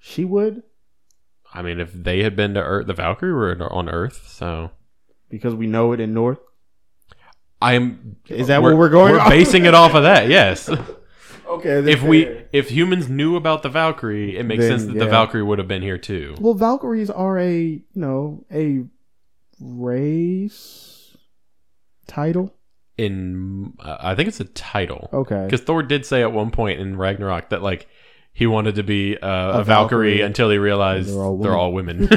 Speaker 1: She would
Speaker 2: I mean, if they had been to Earth, the Valkyrie were on Earth, so
Speaker 1: because we know it in North.
Speaker 2: I'm.
Speaker 1: Is that what we're going
Speaker 2: We're
Speaker 1: off?
Speaker 2: basing it off of that. Yes.
Speaker 1: [LAUGHS] Okay.
Speaker 2: if we if humans knew about the Valkyrie, it makes
Speaker 1: Then,
Speaker 2: sense that the
Speaker 1: yeah.
Speaker 2: Valkyrie would have been here too.
Speaker 1: well, Valkyries are a you know a race title.
Speaker 2: In uh, I think it's a title.
Speaker 1: Okay.
Speaker 2: Because Thor did say at one point in Ragnarok that like he wanted to be uh, a, Valkyrie,
Speaker 1: Valkyrie.
Speaker 2: until he realized
Speaker 1: They're all
Speaker 2: they're all women.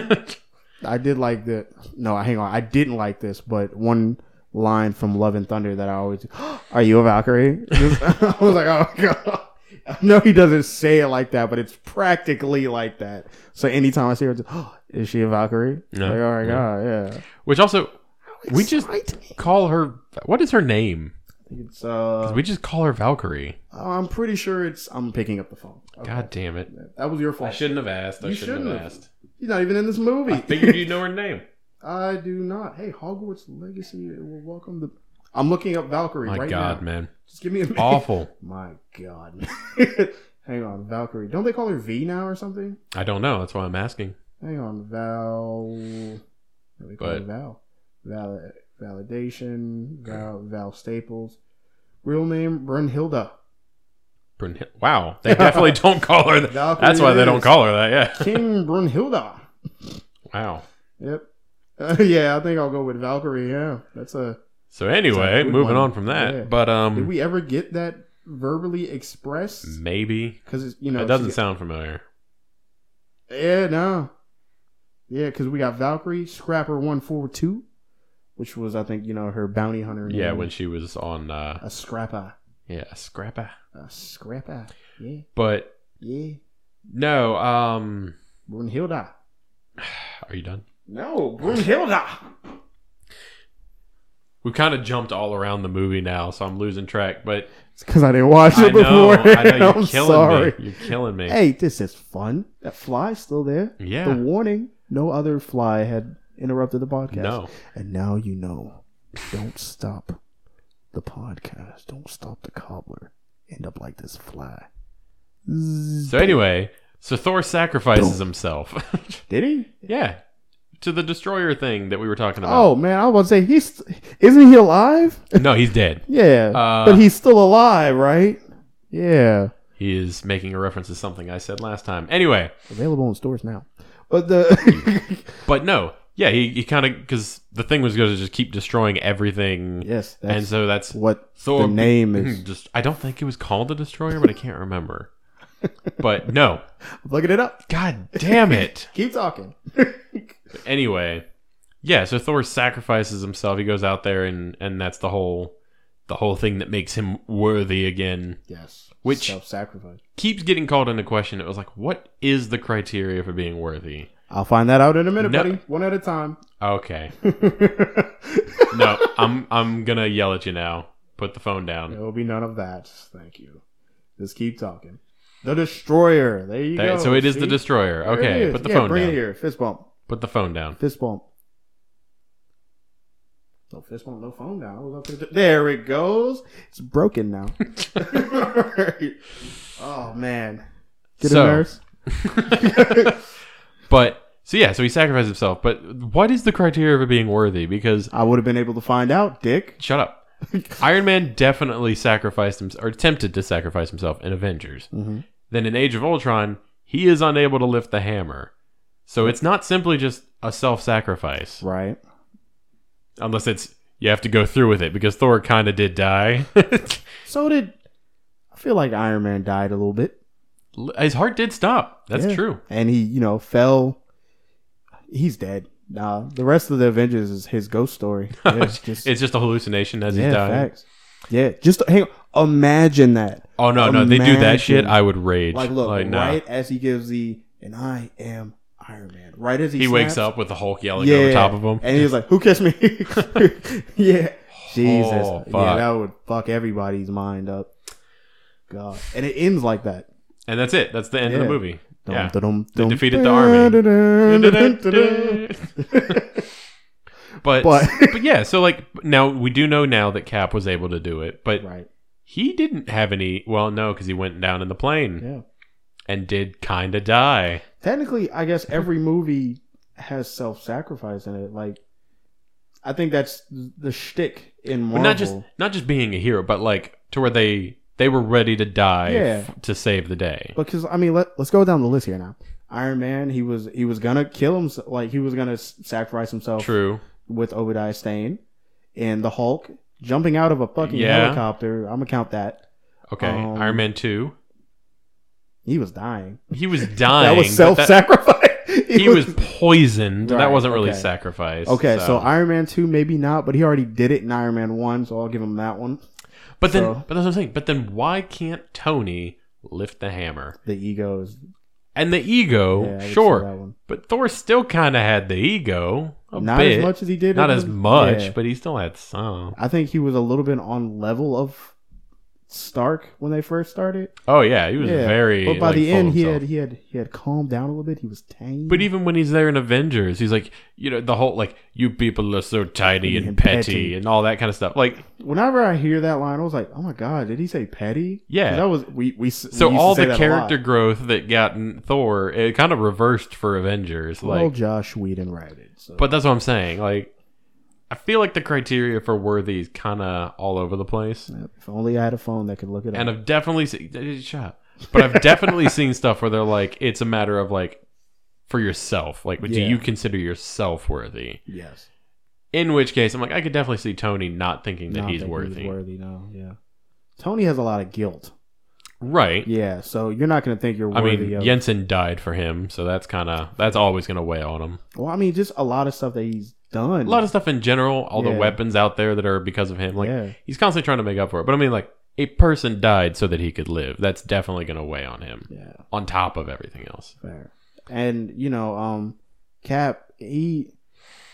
Speaker 1: [LAUGHS]
Speaker 2: [LAUGHS]
Speaker 1: I did like that. No, hang on. I didn't like this, but one line from Love and Thunder that I always [GASPS] are you a Valkyrie? [LAUGHS] Just- I was like, oh [LAUGHS] god. I know he doesn't say it like that, but it's practically like that. So anytime I see her, just, [GASPS] is she a Valkyrie?
Speaker 2: Yeah.
Speaker 1: Like, oh my
Speaker 2: Yeah.
Speaker 1: god, yeah.
Speaker 2: Which also We just-
Speaker 1: Exciting.
Speaker 2: call her what is her name?
Speaker 1: It's uh.
Speaker 2: 'Cause we just call her Valkyrie.
Speaker 1: I'm pretty sure it's. I'm picking up the phone. Okay.
Speaker 2: God damn it!
Speaker 1: that was your
Speaker 2: I
Speaker 1: fault.
Speaker 2: shouldn't have asked. I
Speaker 1: Uh, You
Speaker 2: shouldn't,
Speaker 1: shouldn't
Speaker 2: have
Speaker 1: have.
Speaker 2: asked.
Speaker 1: You're not even in this movie.
Speaker 2: I figured you know her name.
Speaker 1: [LAUGHS] I do not. Hey, Hogwarts Legacy will welcome the. I'm looking up Valkyrie
Speaker 2: My
Speaker 1: right
Speaker 2: God,
Speaker 1: now. [LAUGHS]
Speaker 2: man,
Speaker 1: Just give me a minute.
Speaker 2: awful.
Speaker 1: My God. [LAUGHS] Hang on, Valkyrie. Don't they call her V now or something?
Speaker 2: I don't know. That's why I'm asking.
Speaker 1: Hang on, Val. What do they call
Speaker 2: But-
Speaker 1: her Val? Val validation. Val Val Staples. Real name Brunhilda.
Speaker 2: Brunhilde. Wow,
Speaker 1: [LAUGHS]
Speaker 2: they definitely don't call her. That.
Speaker 1: Valkyrie
Speaker 2: [LAUGHS] That's why
Speaker 1: it
Speaker 2: they don't
Speaker 1: is.
Speaker 2: call her that. Yeah.
Speaker 1: King Brunhilda.
Speaker 2: [LAUGHS] Wow.
Speaker 1: Yep. Uh, [LAUGHS] yeah, I think I'll go with Valkyrie. Yeah, that's a.
Speaker 2: So anyway,
Speaker 1: good
Speaker 2: moving
Speaker 1: one.
Speaker 2: on from that,
Speaker 1: Yeah.
Speaker 2: but
Speaker 1: Did
Speaker 2: um,
Speaker 1: we ever get that verbally expressed?
Speaker 2: maybe
Speaker 1: Because you know
Speaker 2: it Hmm. doesn't
Speaker 1: she-
Speaker 2: sound familiar.
Speaker 1: Yeah, no. Yeah, because we got Valkyrie Scrapper One Four Two, which was I think you know her bounty hunter.
Speaker 2: Yeah,
Speaker 1: name.
Speaker 2: when she was on uh,
Speaker 1: a Scrapper,
Speaker 2: yeah, Scrapper.
Speaker 1: a Scrapper. Yeah,
Speaker 2: But
Speaker 1: yeah.
Speaker 2: no, um,
Speaker 1: Brunhilda.
Speaker 2: are you done?
Speaker 1: No, Brunhilda.
Speaker 2: We've kind of jumped all around the movie now, so I'm losing track. But
Speaker 1: It's because I didn't watch it
Speaker 2: I know,
Speaker 1: before. [LAUGHS]
Speaker 2: I know you're
Speaker 1: am
Speaker 2: killing
Speaker 1: sorry.
Speaker 2: me. You're killing me.
Speaker 1: Hey, this is fun. That fly's still there. The
Speaker 2: yeah,
Speaker 1: warning: no other fly had interrupted the podcast.
Speaker 2: no,
Speaker 1: And now you know. Don't stop the podcast. Don't stop the cobbler. End up like this fly.
Speaker 2: So anyway, so Thor sacrifices himself. [LAUGHS]
Speaker 1: Did he?
Speaker 2: yeah. To the destroyer thing that we were talking about.
Speaker 1: Oh man, I was gonna say he's isn't he alive?
Speaker 2: No, he's dead.
Speaker 1: Yeah,
Speaker 2: Uh,
Speaker 1: Oh. but he's still alive, right? Yeah,
Speaker 2: He is making a reference to something I said last time. Anyway,
Speaker 1: available in stores now. But the [LAUGHS]
Speaker 2: but no. Yeah, he, he kind of because the thing was going to just keep destroying everything,
Speaker 1: yes, that's
Speaker 2: and so that's
Speaker 1: what
Speaker 2: Thor.
Speaker 1: the
Speaker 2: [CLEARS THROAT]
Speaker 1: name is.
Speaker 2: Just I don't think it was called the destroyer, but I can't remember. but no,
Speaker 1: I'm looking it up.
Speaker 2: god damn it.
Speaker 1: Keep talking. [LAUGHS]
Speaker 2: anyway, yeah, so Thor sacrifices himself. He goes out there and and that's the whole the whole thing that makes him worthy again.
Speaker 1: yes,
Speaker 2: Which-
Speaker 1: self-sacrifice?
Speaker 2: Keeps getting called into question. It was like, what is the criteria for being worthy?
Speaker 1: I'll find that out in a minute,
Speaker 2: No.
Speaker 1: buddy. One at a time. [LAUGHS]
Speaker 2: Okay. No, I'm I'm going to yell at you now. Put the phone down.
Speaker 1: There will be none of that. Thank you. Just keep talking. The Destroyer. There you
Speaker 2: That-
Speaker 1: go.
Speaker 2: so it is the
Speaker 1: see?
Speaker 2: destroyer.
Speaker 1: There it
Speaker 2: Okay,
Speaker 1: is.
Speaker 2: put the
Speaker 1: Yeah,
Speaker 2: phone
Speaker 1: Bring
Speaker 2: down.
Speaker 1: it here. Fist bump.
Speaker 2: Put the phone down.
Speaker 1: Fist bump. No fist bump. No phone down. I was up there- There it goes. It's broken
Speaker 2: [LAUGHS]
Speaker 1: now. [LAUGHS] oh man. Get
Speaker 2: So-
Speaker 1: a nurse.
Speaker 2: but so yeah, so he sacrificed himself. But what is the criteria for being worthy? Because
Speaker 1: I would have been able to find out, Dick. [LAUGHS]
Speaker 2: shut up. Iron Man definitely sacrificed himself or attempted to sacrifice himself in Avengers.
Speaker 1: Mm-hmm.
Speaker 2: Then in Age of Ultron, he is unable to lift the hammer. So it's not simply just a self-sacrifice,
Speaker 1: Right.
Speaker 2: unless it's you have to go through with it because Thor kind of did die. [LAUGHS]
Speaker 1: So did I feel like Iron Man died a little bit,
Speaker 2: His heart did stop. That's
Speaker 1: Yeah.
Speaker 2: true.
Speaker 1: and he you know fell. He's dead. Nah, the rest of the Avengers is his ghost
Speaker 2: [LAUGHS]
Speaker 1: story. Yeah, just,
Speaker 2: It's just a hallucination as
Speaker 1: yeah,
Speaker 2: he's dying.
Speaker 1: facts. Yeah, just hang. On. Imagine that.
Speaker 2: Oh no, no, they do that shit.
Speaker 1: Imagine.
Speaker 2: I would rage.
Speaker 1: Like, look,
Speaker 2: no.
Speaker 1: right as he gives the, and I am Iron Man. Right as he,
Speaker 2: He, wakes
Speaker 1: snaps,
Speaker 2: up with the Hulk yelling over top of him.
Speaker 1: and he's like, "Who kissed
Speaker 2: [LAUGHS]
Speaker 1: me?" [LAUGHS] yeah, Jesus,
Speaker 2: Oh,
Speaker 1: yeah,
Speaker 2: fuck.
Speaker 1: that would fuck everybody's mind up. God, and it ends like that.
Speaker 2: And that's it. That's the end of
Speaker 1: Yeah.
Speaker 2: the movie.
Speaker 1: Dum,
Speaker 2: yeah.
Speaker 1: dum,
Speaker 2: They
Speaker 1: dum,
Speaker 2: defeated the
Speaker 1: dun,
Speaker 2: army.
Speaker 1: dun, [LAUGHS] dun, dun, dun,
Speaker 2: [LAUGHS] but,
Speaker 1: But-
Speaker 2: [LAUGHS] but yeah, so like now we do know now that Cap was able to do it, but
Speaker 1: dun. [LAUGHS] Right.
Speaker 2: he didn't have any. Well, no, because he went down in the plane
Speaker 1: Yeah.
Speaker 2: and did kind of die.
Speaker 1: Technically, I guess every movie has self-sacrifice in it. Like, I think that's the shtick in Marvel.
Speaker 2: But not just not just being a hero, but like to where they they were ready to die
Speaker 1: Yeah.
Speaker 2: f- to save the day.
Speaker 1: because I mean, let, let's go down the list here now. Iron Man, he was he was gonna kill him, like he was gonna s- sacrifice himself
Speaker 2: True.
Speaker 1: with Obadiah Stane, and the Hulk jumping out of a fucking
Speaker 2: Yeah.
Speaker 1: helicopter. I'm gonna count that.
Speaker 2: Okay.
Speaker 1: Um,
Speaker 2: Iron Man two.
Speaker 1: He was dying.
Speaker 2: He was dying.
Speaker 1: [LAUGHS] that was
Speaker 2: but
Speaker 1: [LAUGHS]
Speaker 2: that-
Speaker 1: self-sacrifice.
Speaker 2: he was poisoned.
Speaker 1: [LAUGHS] Right,
Speaker 2: that wasn't really
Speaker 1: okay.
Speaker 2: sacrifice.
Speaker 1: okay. So. Iron Man two, maybe not, but he already did it in Iron Man one, so I'll give him that one.
Speaker 2: but then,
Speaker 1: so-
Speaker 2: but that's what I'm saying. But then, why can't Tony lift the hammer?
Speaker 1: The ego is
Speaker 2: And the
Speaker 1: yeah, I
Speaker 2: ego,
Speaker 1: would say
Speaker 2: Oh, sure.
Speaker 1: that one.
Speaker 2: But Thor still kind of had the ego a
Speaker 1: Not
Speaker 2: bit,
Speaker 1: as much as he did.
Speaker 2: not
Speaker 1: in-
Speaker 2: as much,
Speaker 1: yeah.
Speaker 2: but he still had some.
Speaker 1: I think he was a little bit on level of Stark when they first started.
Speaker 2: Oh yeah, he was very.
Speaker 1: But by
Speaker 2: like,
Speaker 1: the
Speaker 2: full
Speaker 1: end, he
Speaker 2: himself.
Speaker 1: had he had he had calmed down a little bit. He was tame.
Speaker 2: But even when he's there in Avengers, he's like, you know, the whole like, you people are so tiny and,
Speaker 1: And
Speaker 2: petty,
Speaker 1: petty.
Speaker 2: and all that kind of stuff. Like,
Speaker 1: whenever I hear that line, I was like, "Oh my god, did he say petty?" 'Cause
Speaker 2: Yeah.
Speaker 1: that was we we. s- we
Speaker 2: so
Speaker 1: used to
Speaker 2: all
Speaker 1: say
Speaker 2: the
Speaker 1: that a lot.
Speaker 2: character growth that got in Thor, it kind of reversed for Avengers.
Speaker 1: well,
Speaker 2: Like,
Speaker 1: Josh Whedon righted. So.
Speaker 2: But that's what I'm saying. Like, I feel like the criteria for worthy is kind of all over the place.
Speaker 1: Yep, if only I had a phone that could look it
Speaker 2: And
Speaker 1: up.
Speaker 2: I've definitely seen, [LAUGHS] shut up. But I've definitely seen stuff where they're like, it's a matter of like, for yourself. Like, do
Speaker 1: Yeah.
Speaker 2: you consider yourself worthy?
Speaker 1: yes,
Speaker 2: In which case, I'm like, I could definitely see Tony not thinking that
Speaker 1: Not
Speaker 2: he's
Speaker 1: that
Speaker 2: worthy.
Speaker 1: worthy, no, yeah. Tony has a lot of guilt.
Speaker 2: Right.
Speaker 1: Yeah, so you're not going to think you're
Speaker 2: I
Speaker 1: worthy
Speaker 2: mean,
Speaker 1: of.
Speaker 2: Jensen died for him, so that's kind of, that's always going to weigh on him.
Speaker 1: Well, I mean, just a lot of stuff that he's done.
Speaker 2: A lot of stuff in general, all
Speaker 1: Yeah.
Speaker 2: the weapons out there that are because of him. Like,
Speaker 1: yeah,
Speaker 2: he's constantly trying to make up for it. But I mean, like, a person died so that he could live. That's definitely going to weigh on him,
Speaker 1: yeah.
Speaker 2: on top of everything else.
Speaker 1: Fair. And you know, um, Cap he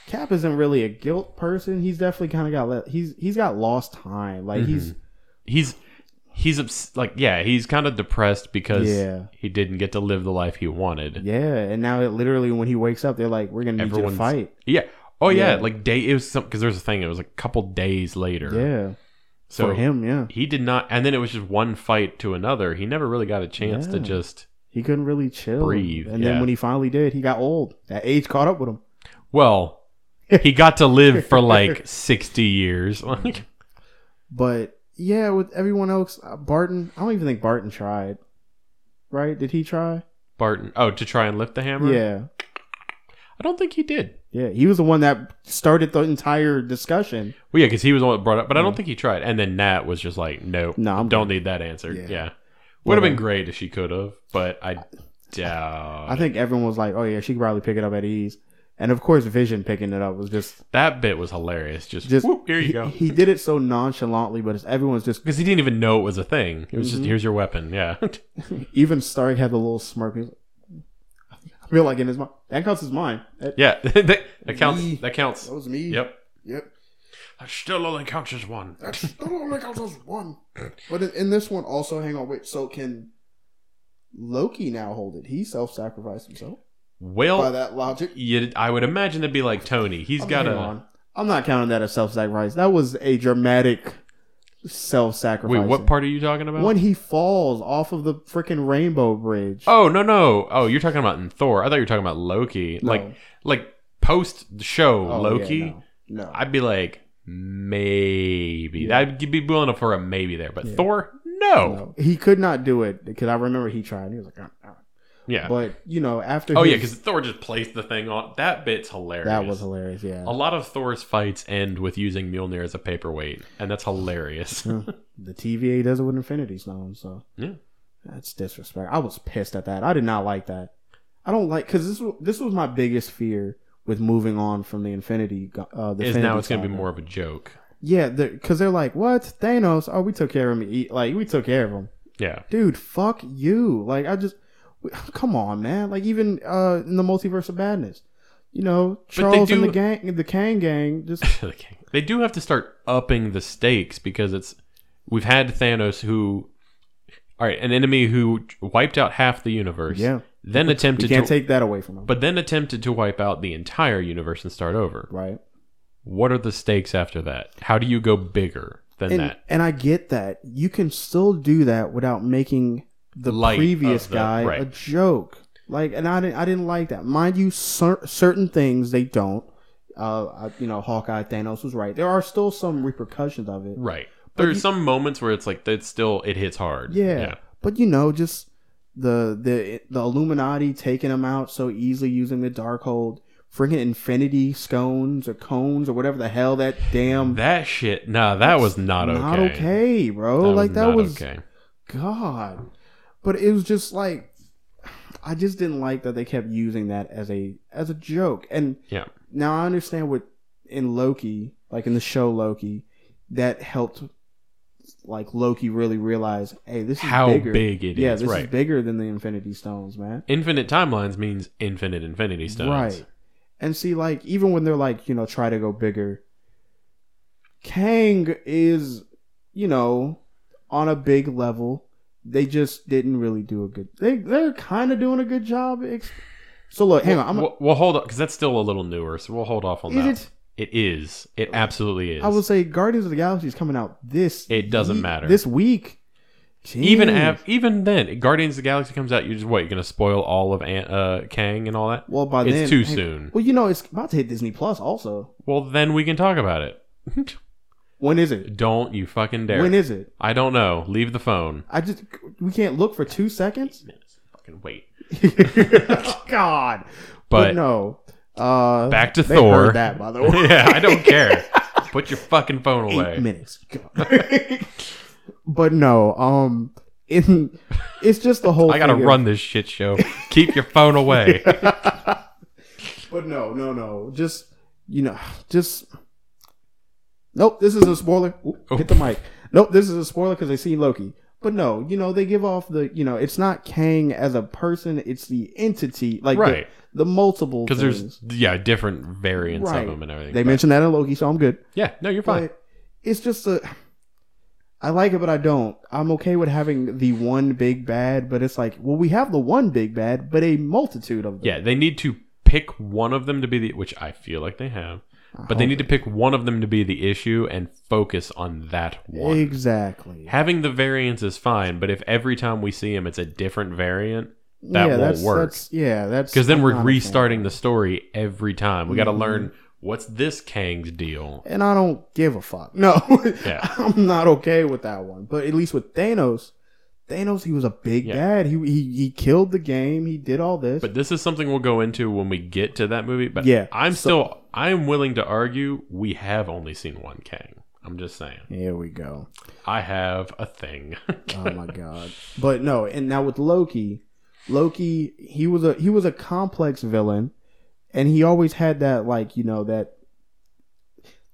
Speaker 1: Cap isn't really a guilt person. He's definitely kind of got let, he's he's got lost time. Like
Speaker 2: Mm-hmm.
Speaker 1: he's
Speaker 2: He's he's obs- like, yeah, he's kind of depressed because
Speaker 1: Yeah.
Speaker 2: he didn't get to live the life he wanted. Yeah.
Speaker 1: yeah. And now it literally when he wakes up, they're like, "We're gonna need you to
Speaker 2: Everyone's-
Speaker 1: fight."
Speaker 2: Oh yeah,
Speaker 1: Yeah.
Speaker 2: like day it was some because there's a thing. It was a couple days later.
Speaker 1: Yeah,
Speaker 2: so
Speaker 1: for him, yeah,
Speaker 2: he did not, and then it was just one fight to another. He never really got a chance to
Speaker 1: Yeah.
Speaker 2: just.
Speaker 1: he couldn't really chill,
Speaker 2: Breathe,
Speaker 1: And
Speaker 2: yeah.
Speaker 1: then when he finally did, he got old. That age caught up with him.
Speaker 2: Well, he got to live for like [LAUGHS] sixty years. [LAUGHS] Like,
Speaker 1: But yeah, with everyone else, uh, Barton, I don't even think Barton tried. Right? Did he try?
Speaker 2: Barton. Oh, to try and lift the hammer.
Speaker 1: Yeah,
Speaker 2: I don't think he did.
Speaker 1: yeah. He was the one that started the entire discussion.
Speaker 2: Well, yeah, because he was the one that brought it up, but I don't
Speaker 1: Mhm.
Speaker 2: think he tried. And then Nat was just like, nope,
Speaker 1: No, I'm
Speaker 2: don't need that answer. Yeah.
Speaker 1: Yeah.
Speaker 2: Would have
Speaker 1: Well,
Speaker 2: been great if she could have, but I doubt.
Speaker 1: I think everyone was like, "Oh yeah, she could probably pick it up at ease." And of course, Vision picking it up was just
Speaker 2: it. that bit was hilarious. Just,
Speaker 1: just
Speaker 2: whoop, here you
Speaker 1: he-
Speaker 2: go.
Speaker 1: He, did it so nonchalantly, but it's, everyone's just
Speaker 2: Because he didn't even know it was a thing. It was just,
Speaker 1: Mhm.
Speaker 2: here's your weapon. Yeah. [LAUGHS]
Speaker 1: even Stark had the little smirk. He's like, I feel like in his mind that counts as mine. That,
Speaker 2: yeah. [LAUGHS] that, that counts.
Speaker 1: Me.
Speaker 2: That counts.
Speaker 1: that was me.
Speaker 2: Yep.
Speaker 1: Yep.
Speaker 2: That still only counts as one.
Speaker 1: [LAUGHS] That's that only counts as one. But in, in this one, also, hang on, wait. So can Loki now hold it. He self sacrificed himself by
Speaker 2: Well,
Speaker 1: that logic.
Speaker 2: you, I would imagine it'd be like Tony. He's
Speaker 1: I mean,
Speaker 2: got
Speaker 1: Oh, hang
Speaker 2: a.
Speaker 1: on. I'm not counting that as self sacrifice. That was a dramatic self sacrifice.
Speaker 2: Wait, what part are you talking about?
Speaker 1: When he falls off of the freaking rainbow bridge.
Speaker 2: Oh no no! Oh, you're talking about in Thor. I thought you were talking about Loki.
Speaker 1: No.
Speaker 2: Like like post show
Speaker 1: Oh,
Speaker 2: Loki.
Speaker 1: yeah, no. no.
Speaker 2: I'd be like maybe.
Speaker 1: Yeah.
Speaker 2: I'd be willing for a maybe there, but
Speaker 1: Yeah.
Speaker 2: Thor, no.
Speaker 1: No. He could not do it because I remember he tried. He was like, "Ah, ah."
Speaker 2: Yeah.
Speaker 1: but you know, after
Speaker 2: oh
Speaker 1: his-
Speaker 2: yeah, because Thor just placed the thing on. That bit's hilarious.
Speaker 1: that was hilarious. Yeah,
Speaker 2: A lot of Thor's fights end with using Mjolnir as a paperweight, and that's hilarious.
Speaker 1: the TVA does it with Infinity Stone, so
Speaker 2: Yeah.
Speaker 1: that's disrespect. I was pissed at that. I did not like that. I don't like because this wa- this was my biggest fear with moving on from the Infinity. go- Uh, [LAUGHS] the
Speaker 2: Is
Speaker 1: Infinity
Speaker 2: now it's going to be
Speaker 1: Saga.
Speaker 2: more of a joke.
Speaker 1: yeah, because they're like, what Thanos? Oh, we took care of him. He- Like we took care of him,
Speaker 2: Yeah. [LAUGHS]
Speaker 1: dude. Fuck you. Like I just, [LAUGHS] come on, man. Like even uh in the multiverse of madness. You know,
Speaker 2: they
Speaker 1: Charles and
Speaker 2: do-
Speaker 1: the gang, the Kang gang,
Speaker 2: [LAUGHS]
Speaker 1: just
Speaker 2: Okay. they do have to start upping the stakes because it's we've had Thanos who all right, an enemy who wiped out half the universe.
Speaker 1: yeah.
Speaker 2: Then
Speaker 1: You
Speaker 2: attempted to
Speaker 1: can't take that away from him,
Speaker 2: but then attempted to wipe out the entire universe and start over.
Speaker 1: right?
Speaker 2: What are the stakes after that? How do you go bigger than
Speaker 1: and,
Speaker 2: that?
Speaker 1: And I get that. You can still do that without making the
Speaker 2: Light
Speaker 1: previous
Speaker 2: of the-
Speaker 1: guy a
Speaker 2: right.
Speaker 1: joke. Like, and I didn't, I didn't like that. Mind you, cer- certain things they don't. Uh, I, you know, Hawkeye, Thanos was right. There are still some repercussions of it.
Speaker 2: Right. There's
Speaker 1: you-
Speaker 2: some moments where it's like it's still it hits hard.
Speaker 1: Yeah. But you know, just the the the Illuminati taking them out so easily using the Darkhold, freaking Infinity scones or cones or whatever the hell that damn
Speaker 2: That shit. Nah, that was not okay.
Speaker 1: Um, not okay,
Speaker 2: That
Speaker 1: bro.
Speaker 2: was
Speaker 1: like that
Speaker 2: not
Speaker 1: was
Speaker 2: okay.
Speaker 1: God. But it was just like I just didn't like that they kept using that as a as a joke. And
Speaker 2: Yeah.
Speaker 1: now I understand what in Loki, like in the show Loki, that helped like Loki really realize, hey, this is
Speaker 2: How
Speaker 1: bigger.
Speaker 2: big it is.
Speaker 1: yeah, this
Speaker 2: right.
Speaker 1: is bigger than the Infinity Stones, man.
Speaker 2: Infinite timelines means infinite infinity stones.
Speaker 1: Right. And see, like, even when they're like, you know, try to go bigger, Kang is, you know, on a big level. They just didn't really do a good. They they're kind of doing a good job. Ex- so look, hang on. I'm
Speaker 2: well, well, hold on, because that's still a little newer, so we'll hold off on
Speaker 1: is
Speaker 2: that.
Speaker 1: it?
Speaker 2: It is. It absolutely is.
Speaker 1: I will say, Guardians of the Galaxy is coming out this.
Speaker 2: It doesn't
Speaker 1: ye-
Speaker 2: matter.
Speaker 1: this week. Jeez.
Speaker 2: even af- even then, Guardians of the Galaxy comes out. You're just what? You're gonna spoil all of Ant- uh, Kang and all that?
Speaker 1: well by
Speaker 2: it's
Speaker 1: then
Speaker 2: too
Speaker 1: hang-
Speaker 2: soon.
Speaker 1: Well, you know, it's about to hit Disney Plus. Also,
Speaker 2: Well, then we can talk about it. [LAUGHS]
Speaker 1: when is it?
Speaker 2: don't you fucking dare!
Speaker 1: When is it?
Speaker 2: I don't know. Leave the phone.
Speaker 1: I just we can't look for two seconds.
Speaker 2: Minutes. Fucking wait.
Speaker 1: [LAUGHS] God. But,
Speaker 2: But,
Speaker 1: no. Uh,
Speaker 2: back to
Speaker 1: they
Speaker 2: Thor.
Speaker 1: Heard that by the way.
Speaker 2: [LAUGHS] yeah, I don't care. Put your fucking phone
Speaker 1: Eight
Speaker 2: away.
Speaker 1: minutes. God. [LAUGHS] but no. Um. In, it's just the whole.
Speaker 2: I gotta
Speaker 1: thing of-
Speaker 2: run this shit show. Keep your phone away.
Speaker 1: [LAUGHS] But no, no, no. Just you know, just. Nope, this is a spoiler. Oop,
Speaker 2: Oh.
Speaker 1: Hit the mic. Nope, this is a spoiler because they see Loki. But no, you know they give off the you know it's not Kang as a person, it's the entity like the-
Speaker 2: right?
Speaker 1: the, multiple
Speaker 2: Because
Speaker 1: things.
Speaker 2: there's yeah different variants
Speaker 1: Right.
Speaker 2: of them and everything.
Speaker 1: they
Speaker 2: but-
Speaker 1: mentioned that in Loki, so I'm good.
Speaker 2: yeah, no, you're fine.
Speaker 1: but it's just a I like it, but I don't. I'm okay with having the one big bad, but it's like, well, we have the one big bad, but a multitude of them.
Speaker 2: Yeah, they need to pick one of them to be the which I feel like they have, but they need to pick one of them to be the issue and focus on that one.
Speaker 1: exactly.
Speaker 2: Having the variants is fine, but if every time we see him, it's a different variant That won't
Speaker 1: that's,
Speaker 2: work.
Speaker 1: That's, yeah, that's
Speaker 2: because
Speaker 1: I'm
Speaker 2: then
Speaker 1: not
Speaker 2: we're
Speaker 1: a fan.
Speaker 2: restarting the story every time. We got to
Speaker 1: Mhm.
Speaker 2: learn what's this Kang's
Speaker 1: [LAUGHS]
Speaker 2: deal.
Speaker 1: and I don't give a fuck. No, [LAUGHS]
Speaker 2: Yeah.
Speaker 1: I'm not okay with that one. But at least with Thanos, Thanos, he was a big
Speaker 2: Yeah.
Speaker 1: bad. He, he he killed the game. He did all this.
Speaker 2: But this is something we'll go into when we get to that movie. But
Speaker 1: Yeah,
Speaker 2: I'm
Speaker 1: so-
Speaker 2: still I'm willing to argue we have only seen one Kang. I'm just saying
Speaker 1: here we go.
Speaker 2: I have a thing. [LAUGHS]
Speaker 1: oh my god but no and now with loki loki he was a he was a complex villain and he always had that like you know that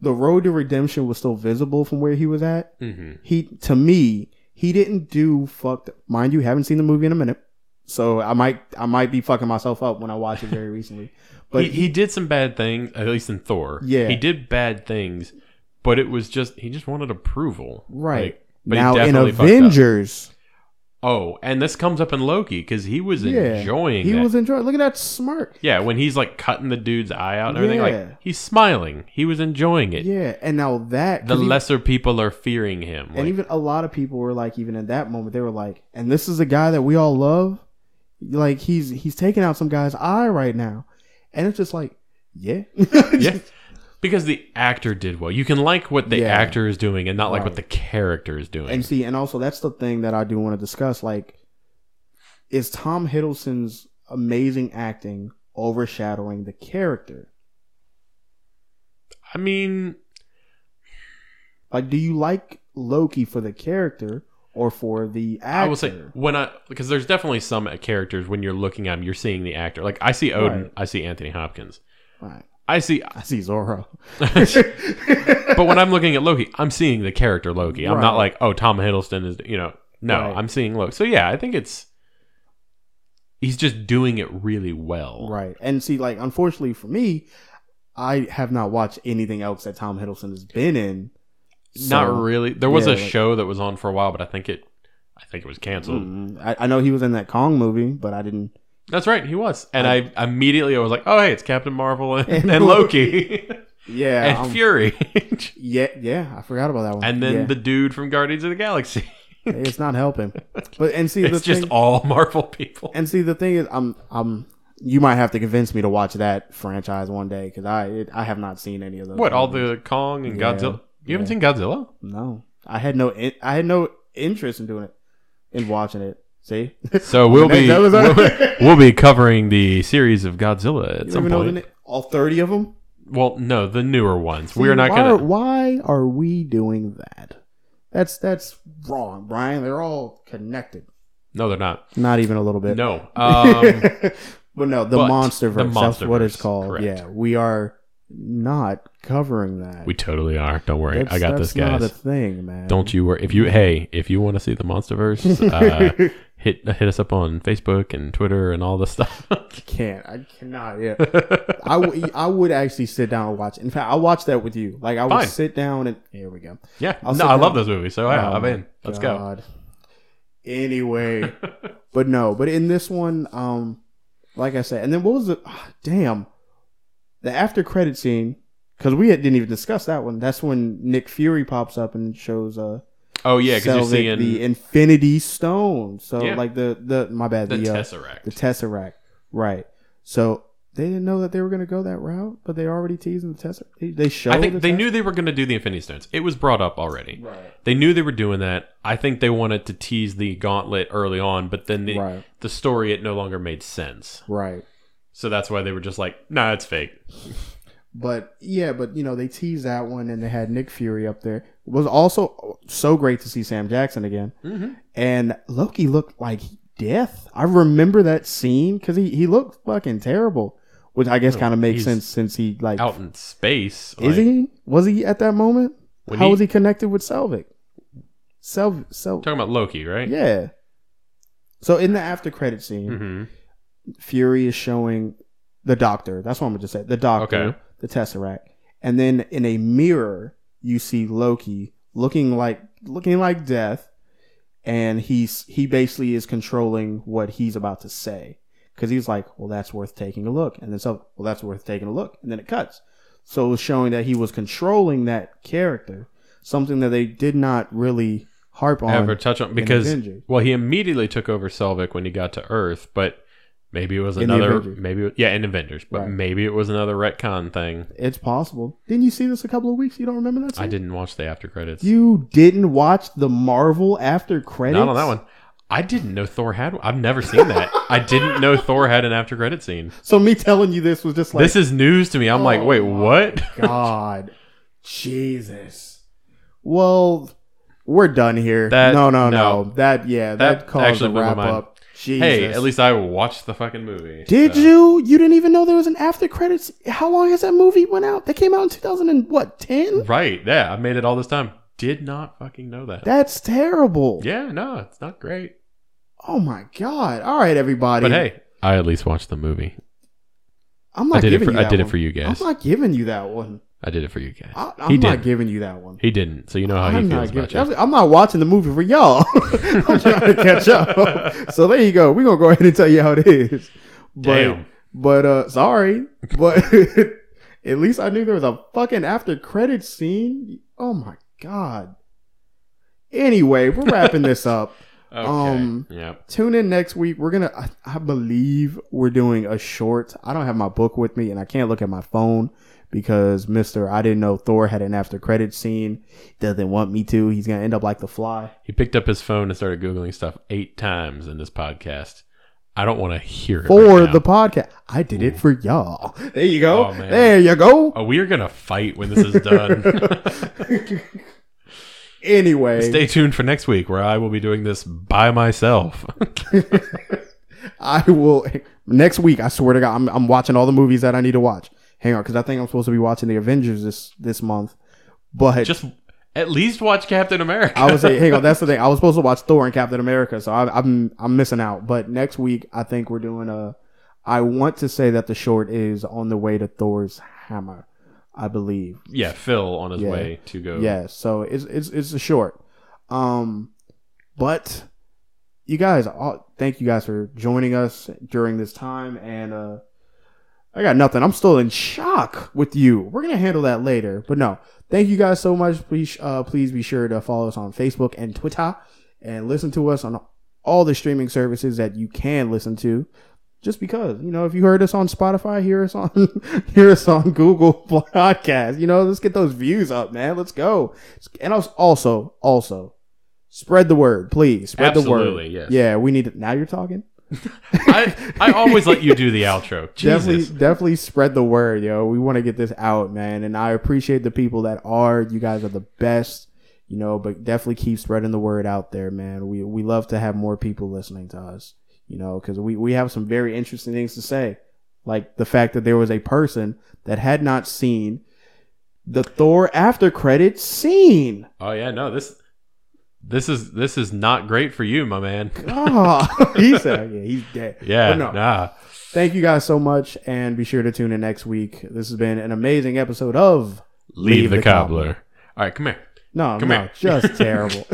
Speaker 1: the road to redemption was still visible from where he was at
Speaker 2: hmm
Speaker 1: he to me he didn't do fucked mind you haven't seen the movie in a minute so i might i might be fucking myself up when i watch it very recently but
Speaker 2: [LAUGHS] he, he did some bad things, at least in Thor.
Speaker 1: Yeah.
Speaker 2: he did bad things, but it was just he just wanted approval,
Speaker 1: right
Speaker 2: Like, but he
Speaker 1: now in
Speaker 2: definitely fucked up.
Speaker 1: avengers
Speaker 2: Oh, and this comes up in Loki because he was
Speaker 1: Yeah,
Speaker 2: enjoying
Speaker 1: He
Speaker 2: that.
Speaker 1: was enjoying. Look at that smirk.
Speaker 2: yeah, when he's like cutting the dude's eye out and everything,
Speaker 1: Yeah.
Speaker 2: like he's smiling. He was enjoying it.
Speaker 1: Yeah, and now that
Speaker 2: the
Speaker 1: 'cause he-
Speaker 2: lesser people are fearing him.
Speaker 1: and
Speaker 2: like-
Speaker 1: even a lot of people were like, even in that moment, they were like, and this is a guy that we all love. Like he's he's taking out some guy's eye right now, and it's just like, yeah, [LAUGHS]
Speaker 2: yeah. Because the actor did well. You can like what the
Speaker 1: Yeah.
Speaker 2: actor is doing and not like
Speaker 1: Right.
Speaker 2: what the character is doing.
Speaker 1: And see, and also that's the thing that I do want to discuss. Like, is Tom Hiddleston's amazing acting overshadowing the character?
Speaker 2: I mean,
Speaker 1: Like, do you like Loki for the character or for the actor?
Speaker 2: I will say when I because there's definitely some characters when you're looking at them, you're seeing the actor. Like I see Odin,
Speaker 1: Right.
Speaker 2: I see Anthony Hopkins,
Speaker 1: Right. [LAUGHS]
Speaker 2: I see.
Speaker 1: I see
Speaker 2: [LAUGHS]
Speaker 1: Zorro.
Speaker 2: But when I'm looking at Loki, I'm seeing the character Loki. I'm not
Speaker 1: Right.
Speaker 2: like, oh, Tom Hiddleston is you know. No,
Speaker 1: Right.
Speaker 2: I'm seeing Loki. So yeah, I think it's he's just doing it really well.
Speaker 1: right, and see, like, unfortunately for me, I have not watched anything else that Tom Hiddleston has been in.
Speaker 2: not
Speaker 1: So-
Speaker 2: really. There was
Speaker 1: yeah,
Speaker 2: a
Speaker 1: like-
Speaker 2: show that was on for a while, but I think it, I think it was canceled.
Speaker 1: Mm, I, I know he was in that Kong movie, but I didn't.
Speaker 2: That's right, he was. And I,
Speaker 1: I-
Speaker 2: immediately I was like, oh hey, it's Captain Marvel and,
Speaker 1: [LAUGHS] And [LAUGHS]
Speaker 2: and, Loki
Speaker 1: Yeah,
Speaker 2: and
Speaker 1: I'm- [LAUGHS]
Speaker 2: Fury,
Speaker 1: yeah, yeah. I forgot about that one.
Speaker 2: and then
Speaker 1: Yeah.
Speaker 2: the dude from Guardians of the Galaxy.
Speaker 1: [LAUGHS] it's not helping. But and see, the
Speaker 2: [LAUGHS] it's just
Speaker 1: thing,
Speaker 2: all Marvel people.
Speaker 1: and see, the thing is, I'm, I'm. You might have to convince me to watch that franchise one day because I, it, I have not seen any of those. [LAUGHS]
Speaker 2: what all
Speaker 1: movies.
Speaker 2: the Kong and
Speaker 1: Yeah,
Speaker 2: Godzilla? You haven't
Speaker 1: yeah.
Speaker 2: seen Godzilla?
Speaker 1: No, I had no, in, I had no interest in doing it, in watching it. See,
Speaker 2: So we'll be
Speaker 1: That was our-
Speaker 2: we'll, we'll be covering the series of Godzilla at
Speaker 1: you don't
Speaker 2: some
Speaker 1: even know the
Speaker 2: point.
Speaker 1: na- all thirty of them.
Speaker 2: well, no, the newer ones. We're
Speaker 1: See,
Speaker 2: not
Speaker 1: why
Speaker 2: gonna.
Speaker 1: Are, why are we doing that? That's that's wrong, Brian. They're all connected.
Speaker 2: no, they're not.
Speaker 1: Not even a little bit. [LAUGHS]
Speaker 2: No. Um,
Speaker 1: but no, the
Speaker 2: but
Speaker 1: monster verse.
Speaker 2: the
Speaker 1: That's what it's
Speaker 2: Monsterverse,
Speaker 1: called.
Speaker 2: correct.
Speaker 1: Yeah, we are not covering that.
Speaker 2: We totally are. Don't worry.
Speaker 1: That's-
Speaker 2: I got this,
Speaker 1: that's Not a
Speaker 2: guys.
Speaker 1: thing, man.
Speaker 2: Don't you worry. If you hey, if you want to see
Speaker 1: [LAUGHS]
Speaker 2: the MonsterVerse, uh, hit hit us up on Facebook and Twitter and all this stuff. [LAUGHS]
Speaker 1: can't. I cannot. Yeah. I, w- [LAUGHS] I would actually sit down and watch. it. In fact, I watch that with you. Like I would
Speaker 2: Fine.
Speaker 1: sit down and here we go.
Speaker 2: yeah,
Speaker 1: I'll sit
Speaker 2: no, I love
Speaker 1: down.
Speaker 2: this movie. So yeah,
Speaker 1: Oh,
Speaker 2: I'm in. Let's go.
Speaker 1: God. Anyway, but no, but in this one, um, like I said, and then what was the ah, damn the after credit scene? Because we had, didn't even discuss that one. That's when Nick Fury pops up and shows uh
Speaker 2: [LAUGHS] Oh yeah, because you're
Speaker 1: Selvig
Speaker 2: seeing
Speaker 1: the
Speaker 2: the,
Speaker 1: Infinity Stone. So
Speaker 2: Yeah.
Speaker 1: like the the my bad the, uh,
Speaker 2: Tesseract.
Speaker 1: the Tesseract, right? So they didn't know that they were going to go that route, but they already teasing the Tesseract. They, they showed.
Speaker 2: I think
Speaker 1: the
Speaker 2: they
Speaker 1: Tesseract-
Speaker 2: knew they were going to do the Infinity Stones. It was brought up already.
Speaker 1: Right.
Speaker 2: They knew they were doing that. I think they wanted to tease the gauntlet early on, but then the,
Speaker 1: Right.
Speaker 2: the story it no longer made sense.
Speaker 1: Right.
Speaker 2: So that's why they were just like, "Nah, it's fake."
Speaker 1: But yeah, but you know they teased that one, and they had Nick Fury up there. It was also so great to see Sam Jackson again,
Speaker 2: Mm-hmm.
Speaker 1: and Loki looked like death. I remember that scene because he he looked fucking terrible, which I guess
Speaker 2: Oh,
Speaker 1: kind of makes
Speaker 2: he's
Speaker 1: sense since he like
Speaker 2: Out in space,
Speaker 1: is
Speaker 2: like-
Speaker 1: he was he at that moment?
Speaker 2: When
Speaker 1: How
Speaker 2: he-
Speaker 1: was he connected with Selvig? Selv Sel
Speaker 2: Talking about Loki, right?
Speaker 1: yeah. So in the after credit scene,
Speaker 2: hmm
Speaker 1: Fury is showing the doctor. That's what I'm gonna just say. The doctor,
Speaker 2: Okay.
Speaker 1: the Tesseract, and then in a mirror you see Loki looking like looking like death, and he's he basically is controlling what he's about to say because he's like, well, that's worth taking a look, and then so well, that's worth taking a look, and then it cuts. So it was showing that he was controlling that character, something that they did not really harp on.
Speaker 2: Ever touch on
Speaker 1: in
Speaker 2: because
Speaker 1: Avengers.
Speaker 2: Well, he immediately took over Selvik when he got to Earth, but maybe it was
Speaker 1: In the
Speaker 2: another
Speaker 1: Avengers.
Speaker 2: maybe it- yeah, in Avengers, but
Speaker 1: Right.
Speaker 2: maybe it was another retcon thing.
Speaker 1: it's possible. Didn't you see this a couple of weeks? You don't remember that?
Speaker 2: I
Speaker 1: scene?
Speaker 2: didn't watch the after credits.
Speaker 1: You didn't watch the Marvel after credits?
Speaker 2: Not on that one. I didn't know Thor had. one. I've never seen that. I didn't know Thor had an after credit scene.
Speaker 1: So me telling you this was just like
Speaker 2: this is news to me. I'm like,
Speaker 1: Oh
Speaker 2: wait,
Speaker 1: my
Speaker 2: what?
Speaker 1: [LAUGHS] God, Jesus. Well, we're done here.
Speaker 2: That-
Speaker 1: no, no,
Speaker 2: no.
Speaker 1: no, That yeah, that,
Speaker 2: That
Speaker 1: calls
Speaker 2: actually
Speaker 1: a
Speaker 2: blew my
Speaker 1: wrap
Speaker 2: mind.
Speaker 1: up. Jesus.
Speaker 2: hey, at least uh, I watched the fucking movie.
Speaker 1: did
Speaker 2: so.
Speaker 1: you? You didn't even know there was an after credits. How long has that movie went out? That came out in two thousand and what ten?
Speaker 2: Right. Yeah, I made it all this time. Did not fucking know that.
Speaker 1: That's terrible.
Speaker 2: yeah, no, it's not great.
Speaker 1: Oh my god. All right, everybody.
Speaker 2: But hey, I at least watched the movie.
Speaker 1: I'm
Speaker 2: I
Speaker 1: not
Speaker 2: did it
Speaker 1: giving
Speaker 2: for
Speaker 1: you
Speaker 2: I
Speaker 1: that
Speaker 2: did it
Speaker 1: one.
Speaker 2: for you guys.
Speaker 1: I'm not giving you that one.
Speaker 2: I did it for you guys.
Speaker 1: I,
Speaker 2: he
Speaker 1: I'm not
Speaker 2: didn't.
Speaker 1: giving you that one.
Speaker 2: he didn't. So you know how
Speaker 1: I'm
Speaker 2: he
Speaker 1: not
Speaker 2: feels about
Speaker 1: giving-
Speaker 2: you.
Speaker 1: I'm not watching the movie for y'all. [LAUGHS] I'm trying to catch
Speaker 2: [LAUGHS]
Speaker 1: up. So there you go. We're gonna go ahead and tell you how it is. But
Speaker 2: Damn.
Speaker 1: but uh sorry. But [LAUGHS] at least I knew there was a fucking after credit scene. Oh my god. Anyway, we're wrapping this up.
Speaker 2: Okay.
Speaker 1: um,
Speaker 2: yep.
Speaker 1: Tune in next week. We're gonna I, I believe we're doing a short. I don't have my book with me and I can't look at my phone because Mr. I didn't know Thor had an after credit scene. Doesn't want me to. He's gonna end up like the fly.
Speaker 2: He picked up his phone and started googling stuff eight times in this podcast. I don't want to hear it
Speaker 1: for
Speaker 2: right now. Mm.
Speaker 1: the podcast. I did it for y'all. There you go.
Speaker 2: Oh, man.
Speaker 1: there you go.
Speaker 2: Oh, we are gonna fight when this is done.
Speaker 1: [LAUGHS]
Speaker 2: [LAUGHS]
Speaker 1: Anyway,
Speaker 2: Stay tuned for next week where I will be doing this by myself.
Speaker 1: I will next week. I swear to God, I'm, I'm watching all the movies that I need to watch. Hang on, because I think I'm supposed to be watching the Avengers this this month. But
Speaker 2: Just at least watch Captain America.
Speaker 1: I was say, hang on, that's the thing. I was supposed to watch Thor and Captain America, so I, I'm I'm missing out. But next week, I think we're doing a. I want to say that the short is on the way to Thor's hammer, I believe.
Speaker 2: yeah, Phil on his
Speaker 1: Yeah.
Speaker 2: way to go.
Speaker 1: Yeah, so it's it's it's a short. Um but you guys all thank you guys for joining us during this time and uh I got nothing. I'm still in shock with you. We're gonna handle that later. But no. Thank you guys so much. Please uh please be sure to follow us on Facebook and Twitter and listen to us on all the streaming services that you can listen to. Just because, you know, if you heard us on Spotify, hear us on [LAUGHS] hear us on Google [LAUGHS] Podcast. You know, let's get those views up, man. Let's go. And als- also, also, spread the word, please. Spread the word.
Speaker 2: Absolutely, yes.
Speaker 1: Yeah, we need to now you're talking.
Speaker 2: I,
Speaker 1: [LAUGHS]
Speaker 2: I always let you do the outro. Jesus.
Speaker 1: Definitely definitely spread the word, yo. We want to get this out, man. And I appreciate the people that are. You guys are the best. You know, but definitely keep spreading the word out there, man. We we love to have more people listening to us. You know, because we, we have some very interesting things to say. Like the fact that there was a person that had not seen the Thor after credit scene.
Speaker 2: Oh yeah, no this this is this is not great for you, my man.
Speaker 1: God. [LAUGHS] he said, yeah, he's dead.
Speaker 2: Yeah,
Speaker 1: But Oh, no.
Speaker 2: nah.
Speaker 1: Thank you guys so much, and be sure to tune in next week. This has been an amazing episode of
Speaker 2: Leave,
Speaker 1: Leave
Speaker 2: the,
Speaker 1: the
Speaker 2: cobbler. All right, come here.
Speaker 1: No,
Speaker 2: Come
Speaker 1: no,
Speaker 2: here.
Speaker 1: just terrible.